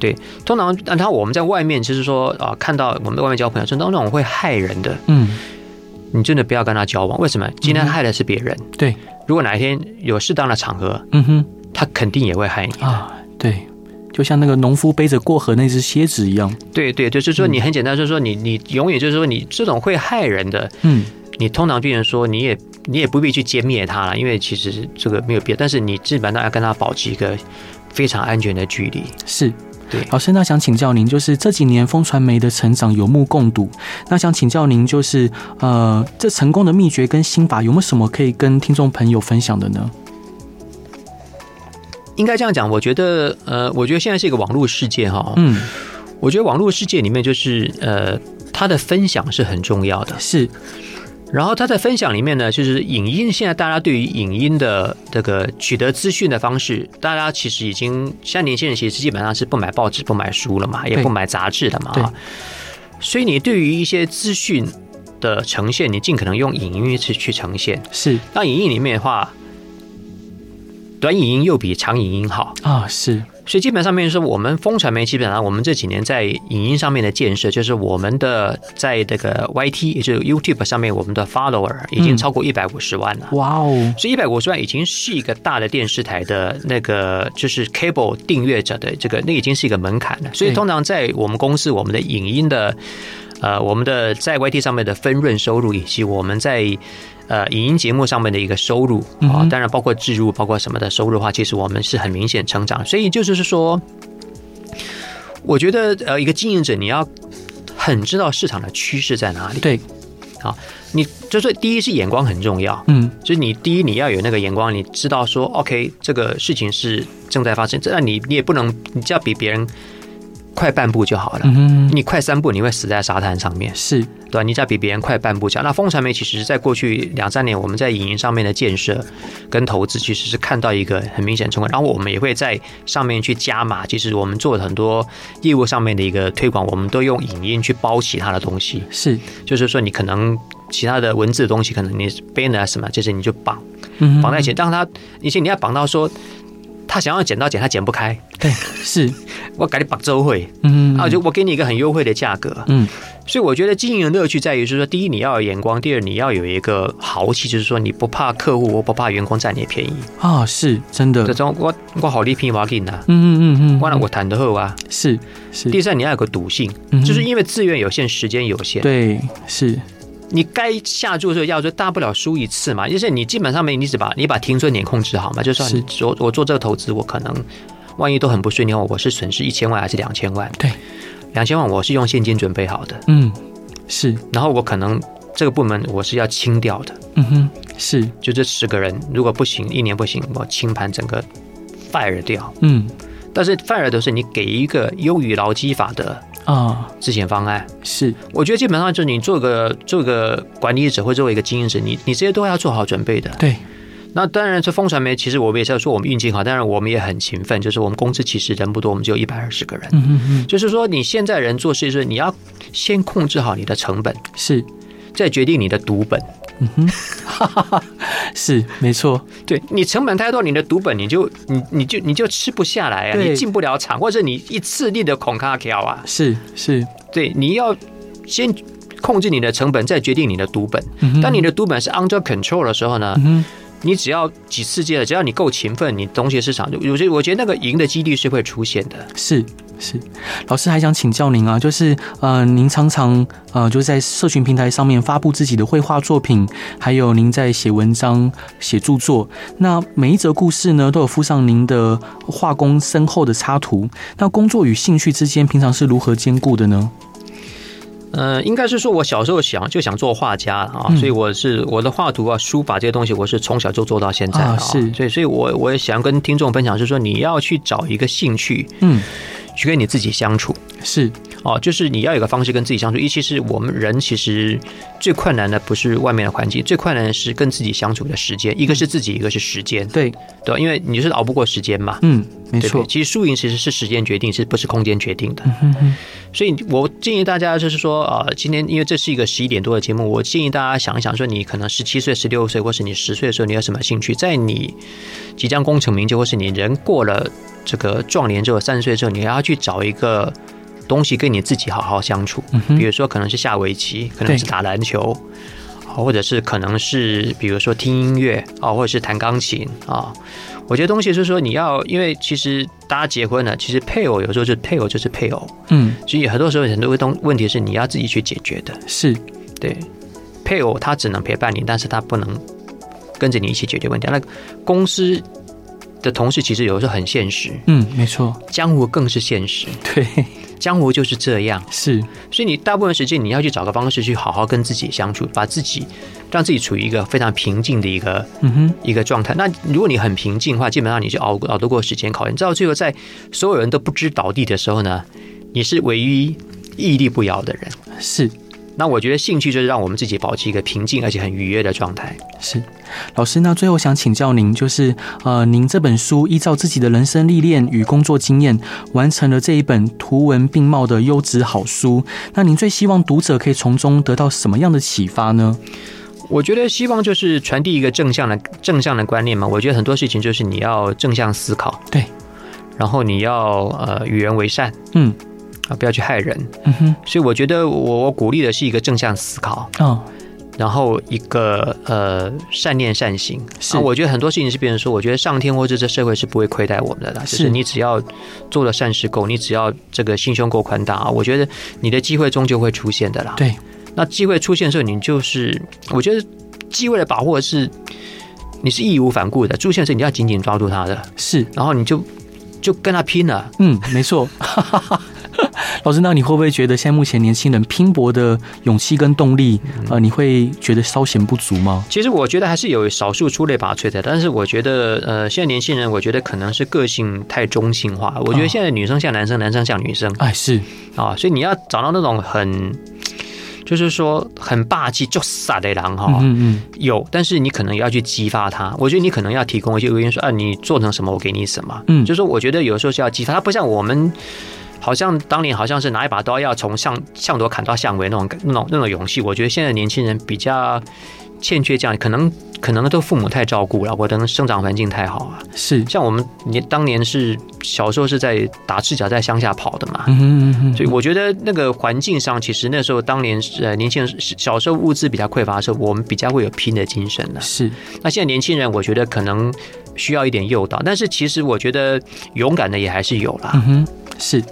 [SPEAKER 1] 对，
[SPEAKER 2] 通常，但他我们在外面就是说啊、看到我们在外面交朋友，就那种会害人的，
[SPEAKER 1] 嗯
[SPEAKER 2] 你真的不要跟他交往。为什么？今天
[SPEAKER 1] 嗯哼
[SPEAKER 2] 害的是别人，
[SPEAKER 1] 对，
[SPEAKER 2] 如果哪一天有适当的场合，
[SPEAKER 1] 嗯哼
[SPEAKER 2] 他肯定也会害你。
[SPEAKER 1] 啊对，就像那个农夫背着过河那只蝎子一样，
[SPEAKER 2] 对对，就是说你很简单，就是说你你永远就是说你这种会害人的，
[SPEAKER 1] 嗯
[SPEAKER 2] 你通常病人说你也你也不必去歼灭他了，因为其实这个没有必要，但是你基本上要跟他保持一个非常安全的距离。
[SPEAKER 1] 是。
[SPEAKER 2] 对
[SPEAKER 1] 老师，那想请教您，就是这几年风传媒的成长有目共睹，那想请教您，就是呃，这成功的秘诀跟心法有没有什么可以跟听众朋友分享的呢？
[SPEAKER 2] 应该这样讲，我觉得呃，我觉得现在是一个网络世界哈，
[SPEAKER 1] 嗯，
[SPEAKER 2] 我觉得网络世界里面就是呃，它的分享是很重要的。
[SPEAKER 1] 是，
[SPEAKER 2] 然后它在分享里面呢，就是影音，现在大家对于影音的这个取得资讯的方式，大家其实已经现在年轻人其实基本上是不买报纸、不买书了嘛，也不买杂志的嘛
[SPEAKER 1] 对
[SPEAKER 2] 啊。所以你对于一些资讯的呈现，你尽可能用影音去去呈现。
[SPEAKER 1] 是
[SPEAKER 2] 那影音里面的话，短影音又比长影音好。
[SPEAKER 1] 啊，是，
[SPEAKER 2] 所以基本上面是我们风传媒，基本上我们这几年在影音上面的建设，就是我们的在这个 YT，也就是 YouTube 上面，我们的 follower 已经超过一百五十万了。
[SPEAKER 1] 哇哦，
[SPEAKER 2] 所以一百五十万已经是一个大的电视台的那个就是 cable 订阅者的这个，那已经是一个门槛了。所以
[SPEAKER 1] 对
[SPEAKER 2] 通常在我们公司，我们的影音的呃，我们的在 YT 上面的分润收入，以及我们在呃影音节目上面的一个收入
[SPEAKER 1] 嗯
[SPEAKER 2] 啊、
[SPEAKER 1] 哼
[SPEAKER 2] 当然包括置入，包括什么的收入的话，其实我们是很明显成长。所以就是说，我觉得呃，一个经营者你要很知道市场的趋势在哪里。啊
[SPEAKER 1] 对，
[SPEAKER 2] 你就是第一是眼光很重要，
[SPEAKER 1] 嗯，
[SPEAKER 2] 就是你第一你要有那个眼光，你知道说 OK 这个事情是正在发生，这那你你也不能你只要比别人快半步就好了。
[SPEAKER 1] 嗯哼，
[SPEAKER 2] 你快三步，你会死在沙滩上面，
[SPEAKER 1] 是，
[SPEAKER 2] 对吧？你只要比别人快半步就好。那风传媒其实在过去两三年，我们在影音上面的建设跟投资，其实是看到一个很明显的成果。然后我们也会在上面去加码，其实我们做了很多业务上面的一个推广，我们都用影音去包其他的东西。
[SPEAKER 1] 是，
[SPEAKER 2] 就是说你可能其他的文字的东西，可能你 banner 啊什么，就是你就绑
[SPEAKER 1] 嗯哼，
[SPEAKER 2] 绑在一起，让他，以前你要绑到说他想要剪刀剪，他剪不开，
[SPEAKER 1] 对，是，
[SPEAKER 2] 我给你绑周会，
[SPEAKER 1] 嗯，
[SPEAKER 2] 啊，我就我给你一个很优惠的价格。
[SPEAKER 1] 嗯，
[SPEAKER 2] 所以我觉得经营的乐趣在于是说，第一你要有眼光，第二你要有一个豪气，就是说你不怕客户，我不怕员工占你的便宜。
[SPEAKER 1] 啊，是真的
[SPEAKER 2] 这，种我我好利平我要给你拿，
[SPEAKER 1] 嗯嗯嗯
[SPEAKER 2] 我
[SPEAKER 1] 嗯，
[SPEAKER 2] 让我谈得后啊。
[SPEAKER 1] 是是，
[SPEAKER 2] 第三，你要有个赌性，
[SPEAKER 1] 嗯哼
[SPEAKER 2] 就是因为资源有限，时间有限，
[SPEAKER 1] 对，是，
[SPEAKER 2] 你该下注的时候要说，大不了输一次嘛。就是你基本上面，你只把你把停损点控制好嘛。就算
[SPEAKER 1] 是
[SPEAKER 2] 你做我做这个投资，我可能万一都很不顺利，我是损失一千万还是两千万？
[SPEAKER 1] 对，
[SPEAKER 2] 两千万我是用现金准备好的，
[SPEAKER 1] 嗯，是，
[SPEAKER 2] 然后我可能这个部门我是要清掉的，
[SPEAKER 1] 嗯哼，是，
[SPEAKER 2] 就这十个人，如果不行，一年不行，我清盘整个 fire 掉。
[SPEAKER 1] 嗯，
[SPEAKER 2] 但是 fire 都是你给一个优于劳基法的
[SPEAKER 1] 啊，
[SPEAKER 2] 之前方案。
[SPEAKER 1] 是
[SPEAKER 2] 我觉得基本上就是你做个做个管理者或作为一个经营者，你你这些都要做好准备的。
[SPEAKER 1] 对，
[SPEAKER 2] 那当然，这风传媒其实我们也是要说我们运气好，当然我们也很勤奋，就是我们公司其实人不多，我们只有一百二十个人。
[SPEAKER 1] 嗯嗯嗯，
[SPEAKER 2] 就是说，你现在人做事就是你要先控制好你的成本，
[SPEAKER 1] 是
[SPEAKER 2] 再决定你的赌本。
[SPEAKER 1] 是没错，
[SPEAKER 2] 对你成本太多，你的赌本你就你你就你就吃不下来啊，
[SPEAKER 1] 对
[SPEAKER 2] 你进不了场，或者你一次力的恐卡条啊。
[SPEAKER 1] 是是，
[SPEAKER 2] 对，你要先控制你的成本，再决定你的赌本。
[SPEAKER 1] 嗯哼
[SPEAKER 2] 当你的赌本是 under control 的时候呢，
[SPEAKER 1] 嗯哼
[SPEAKER 2] 你只要几次接了，只要你够勤奋，你东西市场，我觉得我觉得那个赢的几率是会出现的。
[SPEAKER 1] 是是，老师还想请教您啊，就是呃，您常常呃就是在社群平台上面发布自己的绘画作品，还有您在写文章、写著作，那每一则故事呢都有附上您的画工深厚的插图。那工作与兴趣之间平常是如何兼顾的呢？
[SPEAKER 2] 呃，应该是说我小时候想就想做画家了啊，
[SPEAKER 1] 嗯
[SPEAKER 2] 所以我是我的画图啊、书法这些东西，我是从小就做到现在
[SPEAKER 1] 啊
[SPEAKER 2] 啊。
[SPEAKER 1] 是
[SPEAKER 2] 对，所以我我也想跟听众分享，是说你要去找一个兴趣
[SPEAKER 1] 嗯，
[SPEAKER 2] 去跟你自己相处
[SPEAKER 1] 是
[SPEAKER 2] 哦，就是你要有个方式跟自己相处。尤其是我们人其实最困难的不是外面的环境，最困难的是跟自己相处的时间，一个是自己，一个是时间，
[SPEAKER 1] 对，
[SPEAKER 2] 对吧？因为你就是熬不过时间嘛。
[SPEAKER 1] 嗯，没
[SPEAKER 2] 对不对
[SPEAKER 1] 错，嗯
[SPEAKER 2] 其实输赢其实是时间决定，是不是空间决定的？所以我建议大家就是说，呃，今天因为这是一个十一点多的节目，我建议大家想一想，说你可能十七岁、十六岁，或是你十岁的时候，你有什么兴趣？在你即将功成名就，或是你人过了这个壮年之后，三十岁之后，你要去找一个。东西跟你自己好好相处，比如说可能是下围棋，可能是
[SPEAKER 1] 嗯对
[SPEAKER 2] 打篮球，啊或者是可能是比如说听音乐啊，或者是弹钢琴啊。我觉得东西是说你要，因为其实大家结婚了，其实配偶有时候就是配偶就是配偶，
[SPEAKER 1] 嗯，
[SPEAKER 2] 所以很多时候很多东问题是你要自己去解决的。
[SPEAKER 1] 是
[SPEAKER 2] 对，配偶他只能陪伴你，但是他不能跟着你一起解决问题。那公司的同事其实有时候很现实，
[SPEAKER 1] 嗯，没错，
[SPEAKER 2] 江湖更是现实，
[SPEAKER 1] 对，
[SPEAKER 2] 江湖就是这样。
[SPEAKER 1] 是
[SPEAKER 2] 所以你大部分时间你要去找个方式去好好跟自己相处，把自己让自己处于一个非常平静的一个
[SPEAKER 1] 嗯哼
[SPEAKER 2] 一个状态。那如果你很平静的话，基本上你就熬熬得过时间考验。你知道最后在所有人都不知倒地的时候呢，你是唯一屹立不摇的人。
[SPEAKER 1] 是。
[SPEAKER 2] 那我觉得兴趣就是让我们自己保持一个平静而且很愉悦的状态。
[SPEAKER 1] 是，老师，那最后想请教您，就是呃，您这本书依照自己的人生历练与工作经验，完成了这一本图文并茂的优质好书。那您最希望读者可以从中得到什么样的启发呢？
[SPEAKER 2] 我觉得希望就是传递一个正向的正向的观念嘛。我觉得很多事情就是你要正向思考，
[SPEAKER 1] 对，
[SPEAKER 2] 然后你要呃与人为善
[SPEAKER 1] 嗯
[SPEAKER 2] 啊，不要去害人。
[SPEAKER 1] 嗯哼，
[SPEAKER 2] 所以我觉得我我鼓励的是一个正向思考，
[SPEAKER 1] 哦，
[SPEAKER 2] 然后一个呃善念善行。
[SPEAKER 1] 是
[SPEAKER 2] 啊我觉得很多事情是别人说，我觉得上天或者这社会是不会亏待我们的啦。
[SPEAKER 1] 是
[SPEAKER 2] 就是你只要做了善事够，你只要这个心胸够宽大啊，我觉得你的机会终究会出现的啦。
[SPEAKER 1] 对，
[SPEAKER 2] 那机会出现的时候，你就是我觉得机会的把握是你是义无反顾的，出现的时候你要紧紧抓住它的，
[SPEAKER 1] 是，
[SPEAKER 2] 然后你就就跟他拼了。
[SPEAKER 1] 嗯，没错。 老师，那你会不会觉得现在目前年轻人拼搏的勇气跟动力，呃，你会觉得稍显不足吗？
[SPEAKER 2] 其实我觉得还是有少数出类拔萃的，但是我觉得，呃，现在年轻人，我觉得可能是个性太中性化。我觉
[SPEAKER 1] 哦
[SPEAKER 2] 得现在女生像男生，男生像女生
[SPEAKER 1] 哎，是，
[SPEAKER 2] 啊，所以你要找到那种很，就是说很霸气、就傻的狼哈、
[SPEAKER 1] 嗯嗯嗯，
[SPEAKER 2] 有，但是你可能也要去激发他。我觉得你可能要提供一些原因，说啊，你做成什么，我给你什么。
[SPEAKER 1] 嗯
[SPEAKER 2] 就是说我觉得有时候是要激发，他不像我们。好像当年好像是拿一把刀要从巷巷头砍到巷尾那种那种那种勇气，我觉得现在年轻人比较欠缺这样，可能可能都父母太照顾了，或者生长环境太好啊。
[SPEAKER 1] 是，
[SPEAKER 2] 像我们年当年是小时候是在打赤脚在乡下跑的嘛，
[SPEAKER 1] 嗯哼嗯哼
[SPEAKER 2] 所以我觉得那个环境上，其实那时候当年呃年轻人小时候物资比较匮乏的时候，我们比较会有拼的精神呢。
[SPEAKER 1] 是，
[SPEAKER 2] 那现在年轻人，我觉得可能需要一点诱导，但是其实我觉得勇敢的也还是有啦。
[SPEAKER 1] 嗯哼，是。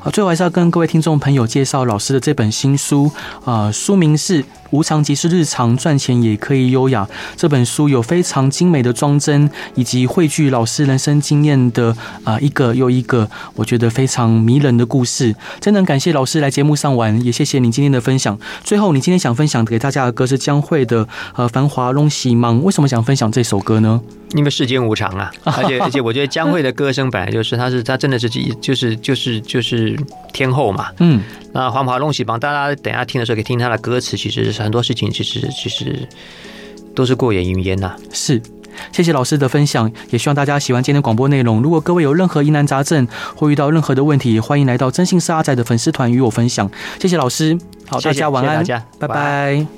[SPEAKER 1] 好，最后还是要跟各位听众朋友介绍老师的这本新书，呃，书名是《无常即是日常，赚钱也可以优雅。这本书有非常精美的装帧，以及汇聚老师人生经验的啊、一个又一个，我觉得非常迷人的故事。真的很感谢老师来节目上玩，也谢谢您今天的分享。最后，你今天想分享给大家的歌是江蕙的呃《繁华弄西忙》，为什么想分享这首歌呢？
[SPEAKER 2] 因为世间无常啊，而且而且我觉得江蕙的歌声本来就是，她是她真的是就是就是就是天后嘛。
[SPEAKER 1] 嗯，
[SPEAKER 2] 那黄华弄喜帮大家等一下听的时候可以听她的歌词，其实是很多事情其实其实都是过眼云烟呐、
[SPEAKER 1] 是。谢谢老师的分享，也希望大家喜欢今天的广播内容。如果各位有任何疑难杂症或遇到任何的问题，也欢迎来到真心是阿仔的粉丝团与我分享。谢谢老师，好，
[SPEAKER 2] 谢谢
[SPEAKER 1] 大家晚安，
[SPEAKER 2] 谢谢
[SPEAKER 1] 拜
[SPEAKER 2] 大家晚
[SPEAKER 1] 拜